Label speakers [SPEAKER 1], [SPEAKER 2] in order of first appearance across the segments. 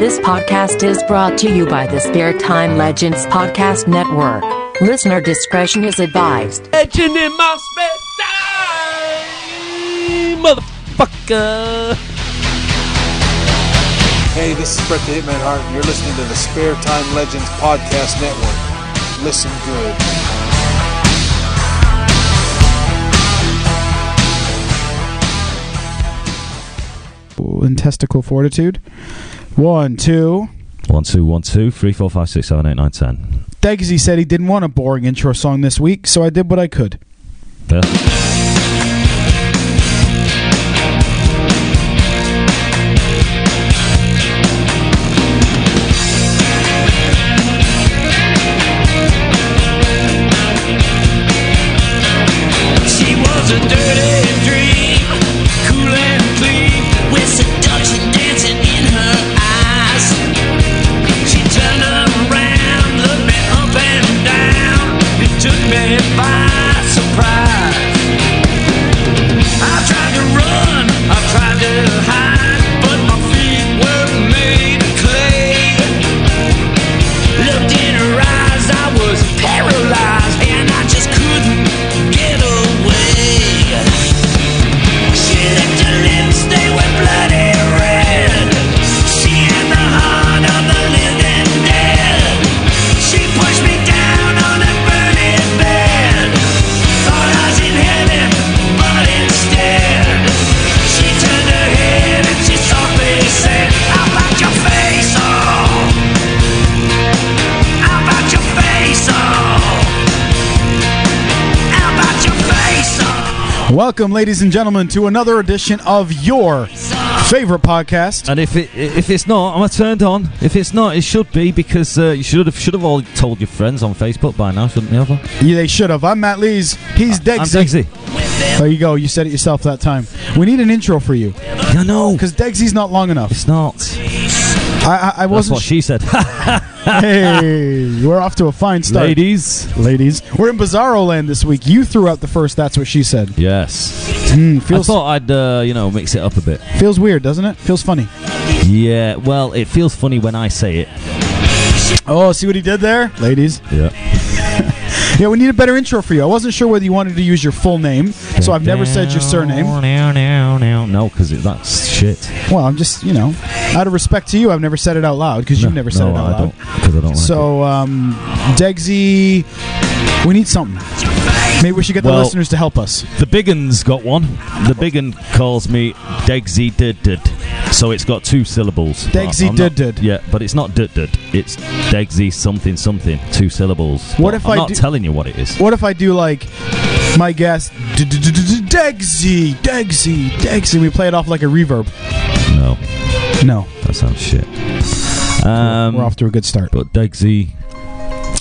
[SPEAKER 1] This podcast is brought to you by the Spare Time Legends Podcast Network. Listener discretion is advised.
[SPEAKER 2] Legend in my spare time, motherfucker.
[SPEAKER 3] Hey, this is Brett the Hitman Hart, and you're listening to the Spare Time Legends Podcast Network. Listen good.
[SPEAKER 4] and testicle fortitude. One, two.
[SPEAKER 5] One two one two three four five six seven eight nine ten.
[SPEAKER 4] Degsy said he didn't want a boring intro song this week, so I did what I could.
[SPEAKER 5] There.
[SPEAKER 6] She was a dirty dream, cool and clean, with seduction dancing in her eyes. She turned around, looked me up and down, and took me by surprise. I tried to run, I tried to hide, but my feet were made of clay. Looked in her eyes, I was paralyzed, and I just couldn't get away. She licked her lips, they were bloody red. She had the heart of the living dead. She pushed me down on a burning bed. Thought I was in heaven, but instead, she turned her head and she softly said, "How about your face off?" How about your face off? How about your face off?
[SPEAKER 4] Welcome, ladies and gentlemen, to another edition of your favorite podcast.
[SPEAKER 5] And if it if it's not, am I turned on? If it's not, it should be because uh, you should have should have all told your friends on Facebook by now, shouldn't you? Have I?
[SPEAKER 4] Yeah, they should have. I'm Matt Lees. He's Degsy.
[SPEAKER 5] I'm Degsy.
[SPEAKER 4] There you go. You said it yourself that time. We need an intro for you
[SPEAKER 5] No, no,
[SPEAKER 4] because Degsy's not long enough.
[SPEAKER 5] it's not.
[SPEAKER 4] I I, I
[SPEAKER 5] That's
[SPEAKER 4] wasn't.
[SPEAKER 5] what she said.
[SPEAKER 4] hey, we're off to a fine start,
[SPEAKER 5] Ladies.
[SPEAKER 4] Ladies, we're in Bizarro Land this week. You threw out the first. That's what she said.
[SPEAKER 5] Yes.
[SPEAKER 4] Hmm,
[SPEAKER 5] I
[SPEAKER 4] feels
[SPEAKER 5] thought I'd uh, you know mix it up a bit.
[SPEAKER 4] feels weird, doesn't it? Feels funny.
[SPEAKER 5] Yeah. Well, it feels funny when I say it.
[SPEAKER 4] Oh, see what he did there, ladies.
[SPEAKER 5] Yeah.
[SPEAKER 4] Yeah, we need a better intro for you. I wasn't sure whether you wanted to use your full name, so I've never said your surname.
[SPEAKER 5] No, no, no, no, because that's shit.
[SPEAKER 4] Well, I'm just, you know, out of respect to you, I've never said it out loud because you've never said it
[SPEAKER 5] no,
[SPEAKER 4] out
[SPEAKER 5] I
[SPEAKER 4] loud.
[SPEAKER 5] don't. Because I don't. Like it.
[SPEAKER 4] So, um, Degsy, we need something. Maybe we should get the
[SPEAKER 5] Well-
[SPEAKER 4] listeners to help us.
[SPEAKER 5] The Biggins got one. The Biggin calls me Degsy Dud Dud. So it's got two syllables.
[SPEAKER 4] Degsy
[SPEAKER 5] I'm not-
[SPEAKER 4] Dud Dud.
[SPEAKER 5] Yeah, but it's not Dud Dud. It's Degsy something something, two syllables.
[SPEAKER 4] What
[SPEAKER 5] But
[SPEAKER 4] if
[SPEAKER 5] I'm
[SPEAKER 4] I
[SPEAKER 5] not
[SPEAKER 4] do-
[SPEAKER 5] telling you what it is.
[SPEAKER 4] What if I do like my guest, Degsy, Degsy, Degsy? We play it off like a reverb.
[SPEAKER 5] No,
[SPEAKER 4] No,
[SPEAKER 5] that sounds shit. Um,
[SPEAKER 4] we're off to a good start.
[SPEAKER 5] But Degsy.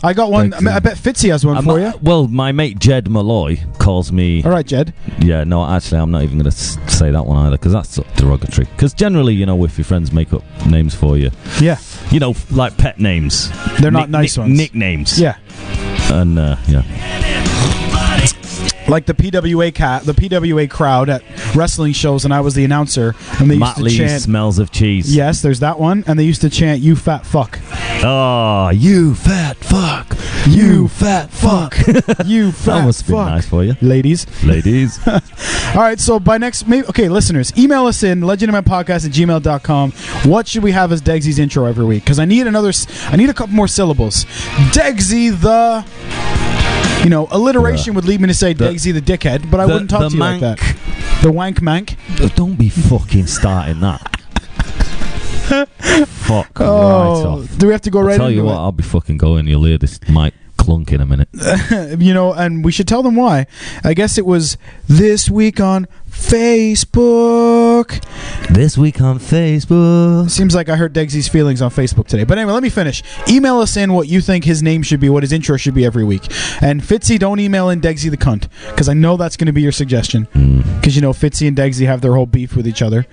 [SPEAKER 4] I got one. I
[SPEAKER 5] Degsy.
[SPEAKER 4] I bet Fitzy has one
[SPEAKER 5] I'm
[SPEAKER 4] for
[SPEAKER 5] not-
[SPEAKER 4] you.
[SPEAKER 5] Well, my mate Jed Malloy calls me.
[SPEAKER 4] All right, Jed.
[SPEAKER 5] Yeah, no, actually, I'm not even going to say that one either because that's sort of derogatory. Because generally, you know, if your friends make up names for you,
[SPEAKER 4] Yeah,
[SPEAKER 5] you know, like pet names,
[SPEAKER 4] they're not nice ones.
[SPEAKER 5] Nicknames.
[SPEAKER 4] Yeah.
[SPEAKER 5] And uh, yeah.
[SPEAKER 4] like the PWA cat, the PWA crowd at wrestling shows, and I was the announcer, and they used
[SPEAKER 5] Matt
[SPEAKER 4] to
[SPEAKER 5] Lee
[SPEAKER 4] chant.
[SPEAKER 5] smells of cheese.
[SPEAKER 4] Yes, there's that one, and they used to chant "You fat fuck,
[SPEAKER 5] Oh, you fat fuck.
[SPEAKER 4] You
[SPEAKER 5] You fat fuck. that
[SPEAKER 4] you fat
[SPEAKER 5] must be
[SPEAKER 4] fuck."
[SPEAKER 5] nice for you.
[SPEAKER 4] Ladies.
[SPEAKER 5] Ladies.
[SPEAKER 4] All right, so by next, maybe, okay, listeners, email us in legendarymanpodcast at gmail.com. What should we have as Degsy's intro every week? Because I need another, s- I need a couple more syllables. Degsy the, you know, alliteration would lead me to say
[SPEAKER 5] The-
[SPEAKER 4] Degsy the dickhead, but I wouldn't talk to you like that. The wank mank.
[SPEAKER 5] that. Don't be fucking starting that. Fuck right
[SPEAKER 4] Oh,
[SPEAKER 5] off.
[SPEAKER 4] do we have to go right
[SPEAKER 5] Tell
[SPEAKER 4] into
[SPEAKER 5] you what,
[SPEAKER 4] it?
[SPEAKER 5] I'll be fucking going. You'll hear this mic clunk in a minute.
[SPEAKER 4] Uh, you know, and we should tell them why. I guess it was this week on Facebook.
[SPEAKER 5] this week on Facebook.
[SPEAKER 4] Seems like I hurt Degsy's feelings on Facebook today. But anyway, let me finish. Email us in what you think his name should be, what his intro should be every week. And Fitzy, don't email in Degsy the cunt, because I know that's going to be your suggestion.
[SPEAKER 5] Mm.
[SPEAKER 4] Because you know, Fitzy and Degsy have their whole beef with each other.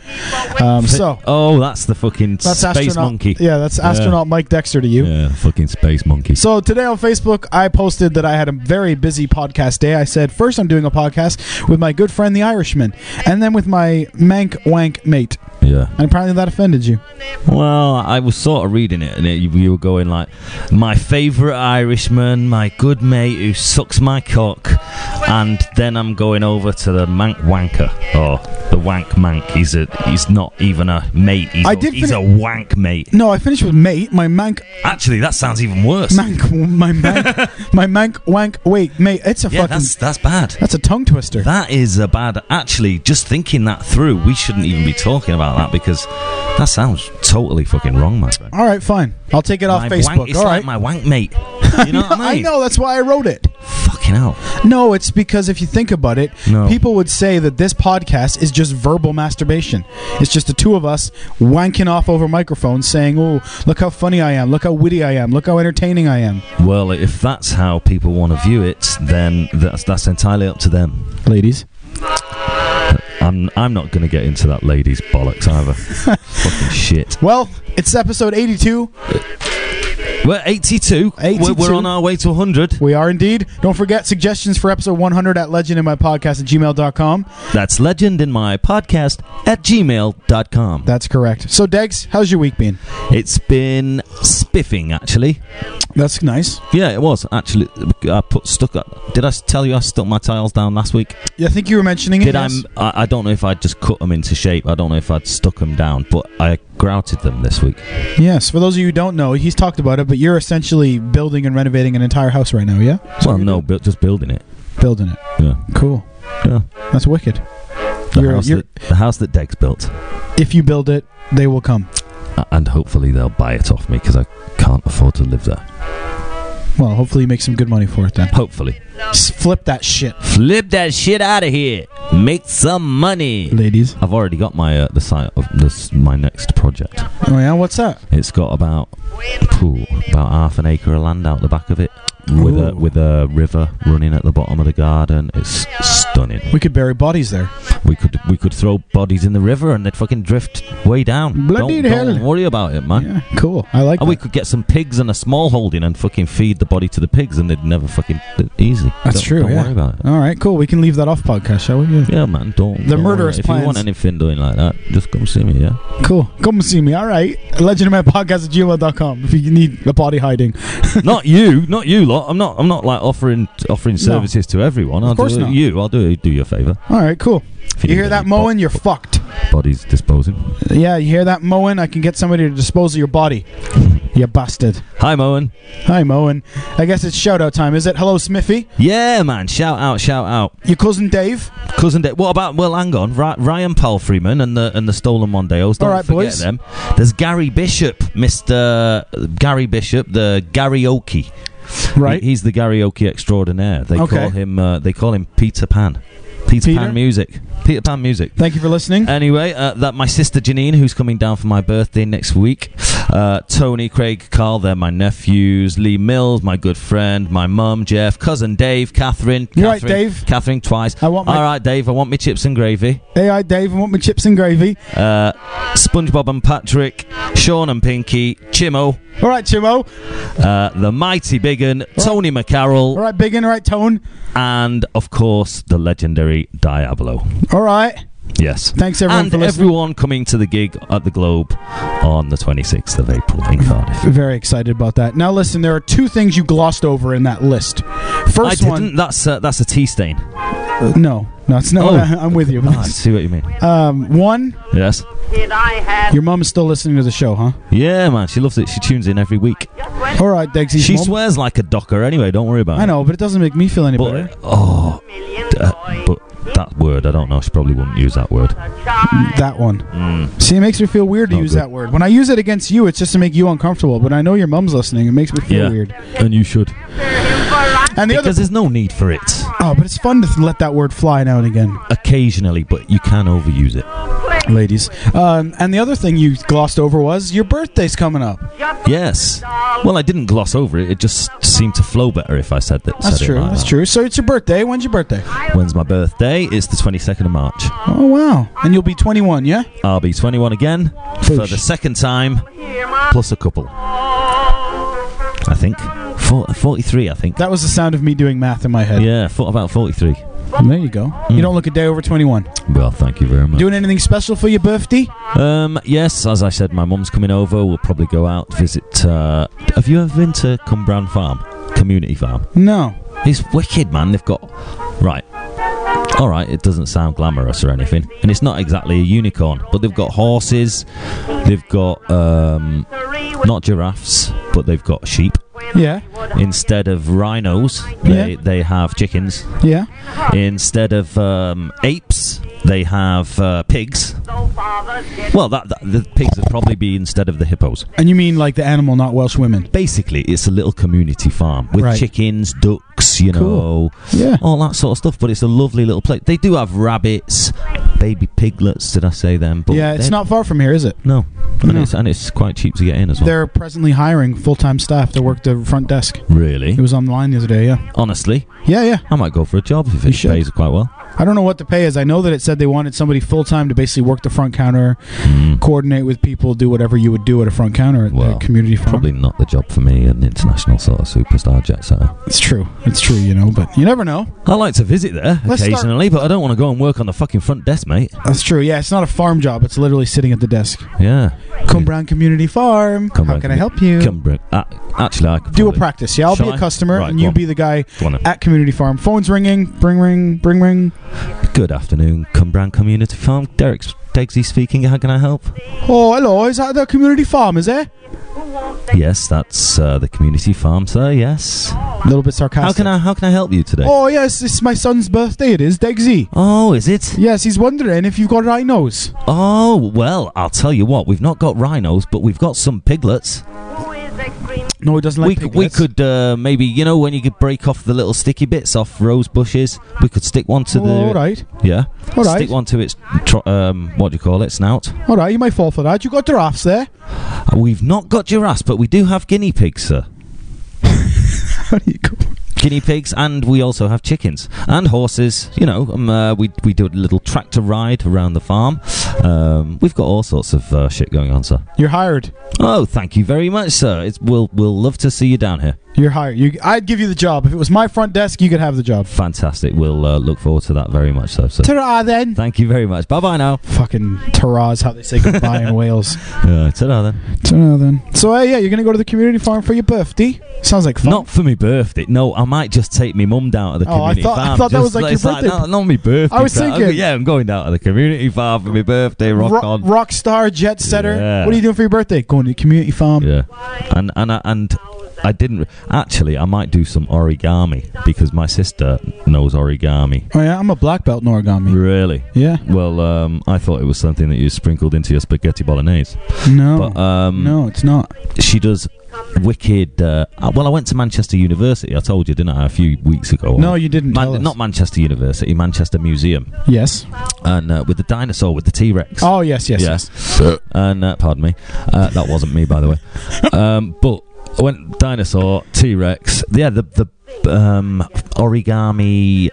[SPEAKER 4] Um, so
[SPEAKER 5] Oh, that's the fucking
[SPEAKER 4] that's
[SPEAKER 5] space
[SPEAKER 4] astronaut.
[SPEAKER 5] monkey.
[SPEAKER 4] Yeah, that's astronaut Mike Dexter to you.
[SPEAKER 5] Yeah, fucking space monkey.
[SPEAKER 4] So today on Facebook, I posted that I had a very busy podcast day. I said, first, I'm doing a podcast with my good friend, the Irishman, and then with my mank wank mate.
[SPEAKER 5] Yeah.
[SPEAKER 4] And apparently that offended you.
[SPEAKER 5] Well, I was sort of reading it, and it, you, you were going like, "My favourite Irishman, my good mate who sucks my cock," and then I'm going over to the mank wanker or the wank mank. He's a he's not even a mate. He's,
[SPEAKER 4] I
[SPEAKER 5] a-
[SPEAKER 4] did
[SPEAKER 5] he's
[SPEAKER 4] fin-
[SPEAKER 5] a wank mate.
[SPEAKER 4] No, I finished with mate. My mank,
[SPEAKER 5] Actually, that sounds even worse.
[SPEAKER 4] mank, my mank, my mank, wank. Wait, mate. It's a
[SPEAKER 5] yeah,
[SPEAKER 4] fucking.
[SPEAKER 5] that's that's bad.
[SPEAKER 4] That's a tongue twister.
[SPEAKER 5] That is a bad. Actually, just thinking that through, we shouldn't even be talking about that because that sounds totally fucking wrong, my friend.
[SPEAKER 4] All right, fine. I'll take it off
[SPEAKER 5] My
[SPEAKER 4] Facebook.
[SPEAKER 5] Wank, it's
[SPEAKER 4] All
[SPEAKER 5] like
[SPEAKER 4] right.
[SPEAKER 5] my wank mate. You know what I
[SPEAKER 4] I
[SPEAKER 5] mean?
[SPEAKER 4] know that's why I wrote it.
[SPEAKER 5] Fucking hell.
[SPEAKER 4] No, it's because if you think about it,
[SPEAKER 5] No.
[SPEAKER 4] people would say that this podcast is just verbal masturbation. It's just the two of us wanking off over microphones saying, "Oh, look how funny I am. Look how witty I am. Look how entertaining I am."
[SPEAKER 5] Well, if that's how people want to view it, then that's that's entirely up to them.
[SPEAKER 4] Ladies,
[SPEAKER 5] I'm I'm not going to get into that lady's bollocks either. Fucking shit.
[SPEAKER 4] well, it's episode 82.
[SPEAKER 5] We're 82. We're- We're,
[SPEAKER 4] 82.
[SPEAKER 5] on our way to 100.
[SPEAKER 4] We are indeed. Don't forget suggestions for episode 100 at legendinmypodcast at gmail.com.
[SPEAKER 5] That's legend in my podcast at gmail.com.
[SPEAKER 4] That's correct. So, Degs, how's your week been?
[SPEAKER 5] It's been spiffing actually.
[SPEAKER 4] That's nice.
[SPEAKER 5] Yeah, it was actually. I put stuck. Did I s- tell you I stuck my tiles down last week?
[SPEAKER 4] Yeah, I think you were mentioning it.
[SPEAKER 5] Did
[SPEAKER 4] yes.
[SPEAKER 5] I, I? I don't know if I just cut them into shape. I don't know if I'd stuck them down, but I grouted them this week.
[SPEAKER 4] Yes, for those of you who don't know, he's talked about it, but you're essentially building and renovating an entire house right now, yeah?
[SPEAKER 5] Well, no, but just building it.
[SPEAKER 4] Building it.
[SPEAKER 5] Yeah.
[SPEAKER 4] Cool.
[SPEAKER 5] Yeah.
[SPEAKER 4] That's wicked.
[SPEAKER 5] The,
[SPEAKER 4] You're-
[SPEAKER 5] house,
[SPEAKER 4] you're-
[SPEAKER 5] that, the house that Degs built,
[SPEAKER 4] If you build it, they will come.
[SPEAKER 5] A- and hopefully they'll buy it off me because I can't afford to live there.
[SPEAKER 4] Well, hopefully you make some good money for it then.
[SPEAKER 5] Hopefully,
[SPEAKER 4] Just flip that shit,
[SPEAKER 5] flip that shit out of here. Make some money.
[SPEAKER 4] ladies.
[SPEAKER 5] I've already got my uh, the site of this my next project.
[SPEAKER 4] Oh yeah, what's that?
[SPEAKER 5] It's got about ooh, about half an acre of land out the back of it. With a
[SPEAKER 4] Ooh.
[SPEAKER 5] with a river running at the bottom of the garden, it's stunning.
[SPEAKER 4] We could bury bodies there.
[SPEAKER 5] We could we could throw bodies in the river and they'd fucking drift way down.
[SPEAKER 4] Bloody
[SPEAKER 5] don't,
[SPEAKER 4] hell.
[SPEAKER 5] don't worry about it, man.
[SPEAKER 4] Yeah, cool. I like
[SPEAKER 5] And we
[SPEAKER 4] that.
[SPEAKER 5] could get some pigs and a small holding and fucking feed the body to the pigs and they'd never fucking easy.
[SPEAKER 4] That's
[SPEAKER 5] Don't-
[SPEAKER 4] true,
[SPEAKER 5] Don't
[SPEAKER 4] yeah.
[SPEAKER 5] worry about it.
[SPEAKER 4] All right, cool. We can leave that off podcast, shall we? Yeah.
[SPEAKER 5] Yeah, man. Don't.
[SPEAKER 4] The
[SPEAKER 5] don't worry.
[SPEAKER 4] murderous
[SPEAKER 5] If
[SPEAKER 4] plans.
[SPEAKER 5] you want anything doing like that, just come see me. Yeah.
[SPEAKER 4] Cool. Come and see me. All right. Legendmanpodcast at gmail.com if you need a body hiding.
[SPEAKER 5] not you, not you lot. I'm not. I'm not like offering offering services to everyone. I'll
[SPEAKER 4] course
[SPEAKER 5] do it-
[SPEAKER 4] not.
[SPEAKER 5] you. I'll do do you a favor.
[SPEAKER 4] All right, cool.
[SPEAKER 5] If
[SPEAKER 4] You
[SPEAKER 5] need
[SPEAKER 4] hear that
[SPEAKER 5] any
[SPEAKER 4] mowing? You're fucked.
[SPEAKER 5] bo- bodies disposing.
[SPEAKER 4] Yeah, you hear that, Moen? I can get somebody to dispose of your body. You bastard.
[SPEAKER 5] Hi, Moen.
[SPEAKER 4] Hi, Moen. I guess it's shout out time, is it? Hello, Smithy.
[SPEAKER 5] Yeah, man. Shout out, shout out,
[SPEAKER 4] Your cousin Dave.
[SPEAKER 5] cousin. Da- what about? Well, hang on. Ry- Ryan Paul Freeman and the and the stolen Mondeos. Don't
[SPEAKER 4] All right,
[SPEAKER 5] forget
[SPEAKER 4] boys.
[SPEAKER 5] them. There's Gary Bishop, Mister Gary Bishop, the Gary Oakey.
[SPEAKER 4] Right.
[SPEAKER 5] He- he's the Gary Oakey extraordinaire. They
[SPEAKER 4] Okay.
[SPEAKER 5] call him. Uh, they call him Peter Pan. Peter,
[SPEAKER 4] Peter?
[SPEAKER 5] Pan music. Peter Pan music.
[SPEAKER 4] Thank you for listening.
[SPEAKER 5] Anyway, uh, that my sister Janine, who's coming down for my birthday next week. Uh, Tony, Craig, Carl, they're my nephews. Lee Mills, my good friend. My mum, Jeff, cousin Dave, Catherine.
[SPEAKER 4] You
[SPEAKER 5] Catherine
[SPEAKER 4] right, Dave?
[SPEAKER 5] Catherine twice.
[SPEAKER 4] I want Oh my-
[SPEAKER 5] All right, Dave. I want me chips and gravy.
[SPEAKER 4] Hey, hi, Dave. I want my chips and gravy.
[SPEAKER 5] Uh, SpongeBob and Patrick, Sean and Pinky, Chimo,
[SPEAKER 4] All right, Chimo.
[SPEAKER 5] uh, the mighty Biggin, Tony McCarroll,
[SPEAKER 4] All right, Biggin. All right, Tone.
[SPEAKER 5] and of course the legendary Diablo.
[SPEAKER 4] All right.
[SPEAKER 5] Yes.
[SPEAKER 4] Thanks, everyone,
[SPEAKER 5] and
[SPEAKER 4] for listening.
[SPEAKER 5] everyone coming to the gig at the Globe on the 26th of April in Cardiff.
[SPEAKER 4] Very excited about that. Now, listen, there are two things you glossed over in that list.
[SPEAKER 5] I
[SPEAKER 4] First
[SPEAKER 5] didn't.
[SPEAKER 4] one.
[SPEAKER 5] That's uh, that's a tea stain.
[SPEAKER 4] No, no, it's no.
[SPEAKER 5] Oh.
[SPEAKER 4] I'm with you.
[SPEAKER 5] Ah, I see what you mean.
[SPEAKER 4] Um, one,
[SPEAKER 5] Yes.
[SPEAKER 4] your mom is still listening to the show, huh?
[SPEAKER 5] Yeah, man. She loves it. She tunes in every week.
[SPEAKER 4] All right, Dexy.
[SPEAKER 5] She swears like a docker. Anyway, don't worry about it.
[SPEAKER 4] I know, but it doesn't make me feel any better.
[SPEAKER 5] But oh, d- uh, but that word, I don't know. She probably wouldn't use that word.
[SPEAKER 4] That one. See, it makes me feel weird to
[SPEAKER 5] Not
[SPEAKER 4] use
[SPEAKER 5] Mm. good.
[SPEAKER 4] that word. When I use it against you, it's just to make you uncomfortable. But I know your mum's listening. It makes me feel weird.
[SPEAKER 5] And you should.
[SPEAKER 4] And the
[SPEAKER 5] Because
[SPEAKER 4] other.
[SPEAKER 5] there's no need for it.
[SPEAKER 4] Oh, but it's fun to th- let that word fly now and again,
[SPEAKER 5] Occasionally, but you can overuse it.
[SPEAKER 4] ladies. Um, and the other thing you glossed over was your birthday's coming up.
[SPEAKER 5] Yes. Well, I didn't gloss over it. It just seemed to flow better if I said that.
[SPEAKER 4] That's
[SPEAKER 5] said it
[SPEAKER 4] true.
[SPEAKER 5] like
[SPEAKER 4] That's
[SPEAKER 5] that.
[SPEAKER 4] true. So it's your birthday. When's your birthday?
[SPEAKER 5] When's my birthday? It's the 22nd of March.
[SPEAKER 4] Oh, wow. And you'll be 21, yeah?
[SPEAKER 5] I'll be 21 again for
[SPEAKER 4] Boosh.
[SPEAKER 5] the second time, plus a couple. I think. Four, 43, I think.
[SPEAKER 4] That was the sound of me doing math in my head.
[SPEAKER 5] yeah, for, about 43.
[SPEAKER 4] There you go.
[SPEAKER 5] Mm.
[SPEAKER 4] You don't look a day over 21.
[SPEAKER 5] Well, thank you very much.
[SPEAKER 4] Doing anything special for your birthday?
[SPEAKER 5] Um, yes, as I said, my mum's coming over. We'll probably go out visit. Uh, have you ever been to Cumbran Farm Community Farm?
[SPEAKER 4] No.
[SPEAKER 5] It's wicked, man. They've got right. All right, it doesn't sound glamorous or anything, and it's not exactly a unicorn, but they've got horses. They've got um, not giraffes, but they've got sheep.
[SPEAKER 4] Yeah.
[SPEAKER 5] Instead of rhinos, they they have chickens.
[SPEAKER 4] Yeah.
[SPEAKER 5] Instead of um, apes, they have uh, pigs. Well, that, that the pigs would probably be instead of the hippos.
[SPEAKER 4] And you mean like the animal, not Welsh women?
[SPEAKER 5] Basically, it's a little community farm with
[SPEAKER 4] Right.
[SPEAKER 5] chickens, ducks, you know,
[SPEAKER 4] Cool. Yeah.
[SPEAKER 5] all that sort of stuff. But it's a lovely little place. They do have rabbits, baby piglets. Did I say them? But
[SPEAKER 4] yeah, it's
[SPEAKER 5] they're-
[SPEAKER 4] not far from here, is it?
[SPEAKER 5] No, and,
[SPEAKER 4] No.
[SPEAKER 5] It's, and it's quite cheap to get in as well.
[SPEAKER 4] They're presently hiring full time staff to work the front desk.
[SPEAKER 5] really,
[SPEAKER 4] It was online the other day, yeah.
[SPEAKER 5] honestly,
[SPEAKER 4] Yeah, yeah.
[SPEAKER 5] I might go for a job if it
[SPEAKER 4] should.
[SPEAKER 5] pays quite well.
[SPEAKER 4] I don't know what the pay is. I know that it said they wanted somebody full time to basically work the front counter, coordinate with people, do whatever you would do at a front counter at
[SPEAKER 5] Mm-hmm.
[SPEAKER 4] the
[SPEAKER 5] Well,
[SPEAKER 4] community farm.
[SPEAKER 5] Probably not the job for me, an international sort of superstar jet setter.
[SPEAKER 4] It's true. It's true, you know, but you never know.
[SPEAKER 5] I like to visit there
[SPEAKER 4] Let's start-
[SPEAKER 5] occasionally, but I don't want to go and work on the fucking front desk, mate.
[SPEAKER 4] That's true. Yeah, it's not a farm job. It's literally sitting at the desk.
[SPEAKER 5] Yeah.
[SPEAKER 4] Cumbran Community Farm.
[SPEAKER 5] Come
[SPEAKER 4] How
[SPEAKER 5] on,
[SPEAKER 4] can I help you?
[SPEAKER 5] Come, bro. Uh, actually, I could
[SPEAKER 4] Do a
[SPEAKER 5] probably-
[SPEAKER 4] practice. Yeah, I'll
[SPEAKER 5] Shall
[SPEAKER 4] be a
[SPEAKER 5] I?
[SPEAKER 4] customer
[SPEAKER 5] Right,
[SPEAKER 4] and
[SPEAKER 5] go
[SPEAKER 4] you
[SPEAKER 5] on.
[SPEAKER 4] be the guy
[SPEAKER 5] Go on then.
[SPEAKER 4] at Community Farm. Phone's ringing. Bring ring. Bring ring.
[SPEAKER 5] Good afternoon, Cumbran Community Farm. Derek Degsy speaking. How can I help?
[SPEAKER 4] Oh, hello. Is that the community farm? Is it?
[SPEAKER 5] Yes, that's uh, the community farm, sir. Yes.
[SPEAKER 4] A little bit sarcastic.
[SPEAKER 5] How can I How can I help you today?
[SPEAKER 4] Oh yes, it's my son's birthday. It is Degsy.
[SPEAKER 5] Oh, is it?
[SPEAKER 4] Yes, he's wondering if you've got rhinos.
[SPEAKER 5] Oh, well, I'll tell you what. We've not got rhinos, but we've got some piglets.
[SPEAKER 4] No, he doesn't like
[SPEAKER 5] we, c- we
[SPEAKER 4] piglets.
[SPEAKER 5] could uh, maybe, you know, when you could break off the little sticky bits off rose bushes, we could stick one to the.
[SPEAKER 4] Oh, all right,
[SPEAKER 5] Yeah.
[SPEAKER 4] All right.
[SPEAKER 5] Stick one to its, tro- um, what do you call it, snout.
[SPEAKER 4] all right. You might fall for that. You got giraffes there.
[SPEAKER 5] Uh, We've not got giraffes, but we do have guinea pigs, sir.
[SPEAKER 4] How do you go?
[SPEAKER 5] Guinea pigs, and we also have chickens and horses. You know, um, uh, we we do a little tractor ride around the farm. Um, we've got all sorts of uh, shit going on, sir.
[SPEAKER 4] You're hired.
[SPEAKER 5] Oh, thank you very much, sir. It's, we'll we'll love to see you down here.
[SPEAKER 4] You're hired. You, I'd give you the job if it was my front desk. You could have the job.
[SPEAKER 5] Fantastic. We'll uh, look forward to that very much, so sir.
[SPEAKER 4] Ta-ra then.
[SPEAKER 5] Thank you very much. Bye bye now.
[SPEAKER 4] Fucking ta-ra's how they say goodbye in Wales.
[SPEAKER 5] Uh, ta-ra then.
[SPEAKER 4] Ta-ra then. So uh, yeah, you're gonna go to the community farm for your birthday. Sounds like fun.
[SPEAKER 5] Not for my birthday. No, I might just take my mum down to the
[SPEAKER 4] Oh, I
[SPEAKER 5] community
[SPEAKER 4] thought- I
[SPEAKER 5] farm.
[SPEAKER 4] thought that
[SPEAKER 5] just
[SPEAKER 4] was like your
[SPEAKER 5] it's
[SPEAKER 4] birthday.
[SPEAKER 5] Not, not my birthday.
[SPEAKER 4] I was
[SPEAKER 5] pal.
[SPEAKER 4] thinking-
[SPEAKER 5] yeah, I'm going down to the community farm for my birthday. Rock
[SPEAKER 4] Ro-
[SPEAKER 5] on.
[SPEAKER 4] rock star, jet setter.
[SPEAKER 5] Yeah.
[SPEAKER 4] What are you doing for your birthday? Going to the community farm.
[SPEAKER 5] Yeah, and and I, and I didn't re- actually. I might do some origami because my sister knows origami.
[SPEAKER 4] Oh yeah, I'm a black belt in origami.
[SPEAKER 5] Really?
[SPEAKER 4] Yeah.
[SPEAKER 5] Well, um, I thought it was something that you sprinkled into your spaghetti bolognese,
[SPEAKER 4] No.
[SPEAKER 5] but um,
[SPEAKER 4] no, it's not.
[SPEAKER 5] she does wicked. Uh, uh, well, I went to Manchester University. I told you, didn't I, a few weeks ago?
[SPEAKER 4] No, you didn't.
[SPEAKER 5] Man-
[SPEAKER 4] tell us.
[SPEAKER 5] not Manchester University, Manchester Museum,
[SPEAKER 4] Yes.
[SPEAKER 5] and uh, with the dinosaur, with the T Rex.
[SPEAKER 4] Oh yes, yes, yes.
[SPEAKER 5] Yes. And uh, pardon me, uh, that wasn't me, by the way. Um, but I went dinosaur, T Rex. Yeah, the the um, origami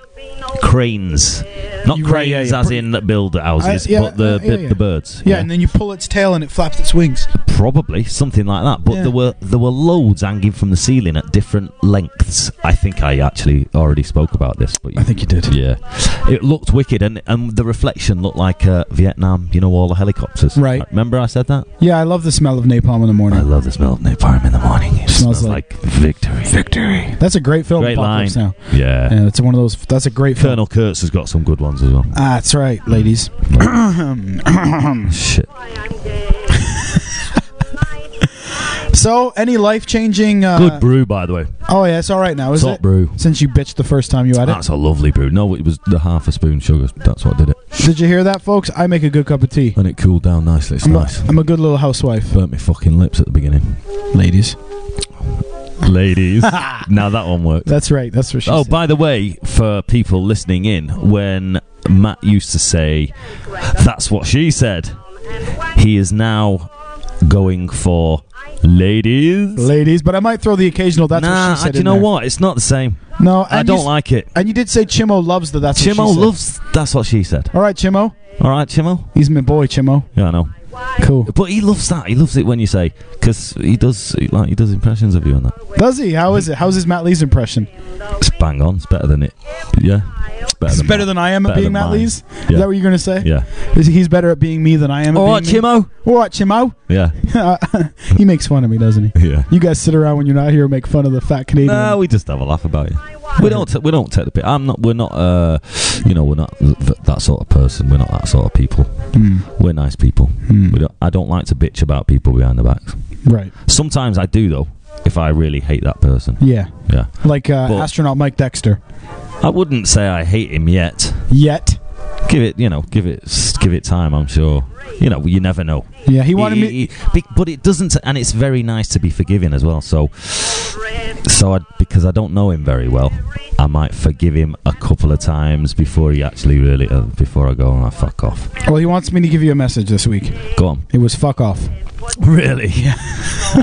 [SPEAKER 5] cranes, not
[SPEAKER 4] You-
[SPEAKER 5] cranes
[SPEAKER 4] right, yeah, yeah.
[SPEAKER 5] as
[SPEAKER 4] Pr-
[SPEAKER 5] in that build houses,
[SPEAKER 4] I- yeah,
[SPEAKER 5] but the
[SPEAKER 4] uh, yeah,
[SPEAKER 5] the,
[SPEAKER 4] yeah.
[SPEAKER 5] the birds.
[SPEAKER 4] Yeah, and then you pull its tail and it flaps its wings.
[SPEAKER 5] probably something like that. But
[SPEAKER 4] Yeah.
[SPEAKER 5] there were there were loads hanging from the ceiling at different lengths. I think I actually already spoke about this, but you
[SPEAKER 4] I think you did.
[SPEAKER 5] yeah, it looked wicked, and and the reflection looked like uh, Vietnam. You know, all the helicopters.
[SPEAKER 4] Right.
[SPEAKER 5] Remember, I said that.
[SPEAKER 4] Yeah, I love the smell of napalm in the morning.
[SPEAKER 5] I love the smell of napalm in the morning. It
[SPEAKER 4] Smells
[SPEAKER 5] smells, like, victory. Victory.
[SPEAKER 4] That's a great film.
[SPEAKER 5] Great
[SPEAKER 4] Apocalypse
[SPEAKER 5] line.
[SPEAKER 4] Now.
[SPEAKER 5] Yeah.
[SPEAKER 4] Yeah, it's one of those. That's a great film.
[SPEAKER 5] Colonel Kurtz has got some good ones as well.
[SPEAKER 4] Ah, that's right, ladies.
[SPEAKER 5] Shit.
[SPEAKER 4] so, any life-changing? Uh,
[SPEAKER 5] Good brew, by the way.
[SPEAKER 4] oh yeah, it's all right now, is
[SPEAKER 5] Top
[SPEAKER 4] it?
[SPEAKER 5] brew.
[SPEAKER 4] Since you bitched the first time you had it,
[SPEAKER 5] That's a lovely brew. No, it was the half a spoon sugar. That's what did it,
[SPEAKER 4] did you hear that, folks? I make a good cup of tea.
[SPEAKER 5] and it cooled down nicely. It's
[SPEAKER 4] I'm,
[SPEAKER 5] nice.
[SPEAKER 4] a, I'm a good little housewife,
[SPEAKER 5] Burnt my fucking lips at the beginning,
[SPEAKER 4] ladies.
[SPEAKER 5] ladies. now that one worked.
[SPEAKER 4] That's right. That's what she
[SPEAKER 5] Oh,
[SPEAKER 4] said.
[SPEAKER 5] by the way, for people listening in, when Matt used to say, that's what she said, he is now going for ladies.
[SPEAKER 4] ladies. But I might throw the occasional. That's
[SPEAKER 5] nah,
[SPEAKER 4] what she said.
[SPEAKER 5] do you
[SPEAKER 4] in
[SPEAKER 5] know
[SPEAKER 4] there.
[SPEAKER 5] what? It's not the same.
[SPEAKER 4] No, and
[SPEAKER 5] I
[SPEAKER 4] you
[SPEAKER 5] don't
[SPEAKER 4] s-
[SPEAKER 5] like it.
[SPEAKER 4] And you did say Chimo loves the. That's what she
[SPEAKER 5] Chimo
[SPEAKER 4] said.
[SPEAKER 5] loves. That's what she said.
[SPEAKER 4] All right, Chimo.
[SPEAKER 5] All right, Chimo.
[SPEAKER 4] He's my boy, Chimo.
[SPEAKER 5] Yeah, I know.
[SPEAKER 4] Cool.
[SPEAKER 5] But he loves that. He loves it when you say because he does like he does impressions of you and that.
[SPEAKER 4] Does he? How is it? How's his Matt Lee's impression?
[SPEAKER 5] It's bang on. It's better than it. Yeah, it's better.
[SPEAKER 4] It's
[SPEAKER 5] than
[SPEAKER 4] better than I am at
[SPEAKER 5] Better
[SPEAKER 4] being
[SPEAKER 5] than
[SPEAKER 4] Matt
[SPEAKER 5] mine.
[SPEAKER 4] Lee's. Is
[SPEAKER 5] Yeah.
[SPEAKER 4] that what you're gonna say?
[SPEAKER 5] Yeah.
[SPEAKER 4] Is he- He's better at being me than I am.
[SPEAKER 5] All
[SPEAKER 4] at
[SPEAKER 5] right,
[SPEAKER 4] being
[SPEAKER 5] Chimo.
[SPEAKER 4] Me. All right, Chimo.
[SPEAKER 5] Yeah,
[SPEAKER 4] he makes fun of me, doesn't he?
[SPEAKER 5] yeah.
[SPEAKER 4] You guys sit around when you're not here and make fun of the fat Canadian.
[SPEAKER 5] No, we just have a laugh about it. We don't. T- we don't take the piss. I'm not. We're not. Uh, you know, we're not th- th- that sort of person. We're not that sort of people.
[SPEAKER 4] Hmm.
[SPEAKER 5] We're nice people.
[SPEAKER 4] Hmm.
[SPEAKER 5] We don't, I don't like to bitch about people behind the backs.
[SPEAKER 4] Right.
[SPEAKER 5] Sometimes I do though. If I really hate that person,
[SPEAKER 4] Yeah.
[SPEAKER 5] yeah.
[SPEAKER 4] Like uh,
[SPEAKER 5] But-
[SPEAKER 4] astronaut Mike Dexter.
[SPEAKER 5] I wouldn't say I hate him yet.
[SPEAKER 4] Yet.
[SPEAKER 5] Give it, you know, give it, s- give it time. I'm sure. You know, you never know.
[SPEAKER 4] Yeah. He wanted me.
[SPEAKER 5] He- he- be- but it doesn't, and it's very nice to be forgiving as well. So, so I because I don't know him very well, I might forgive him a couple of times before he actually really uh, before I go and I fuck off.
[SPEAKER 4] Well, he wants me to give you a message this week.
[SPEAKER 5] Go on,
[SPEAKER 4] It was fuck off.
[SPEAKER 5] really? Yeah.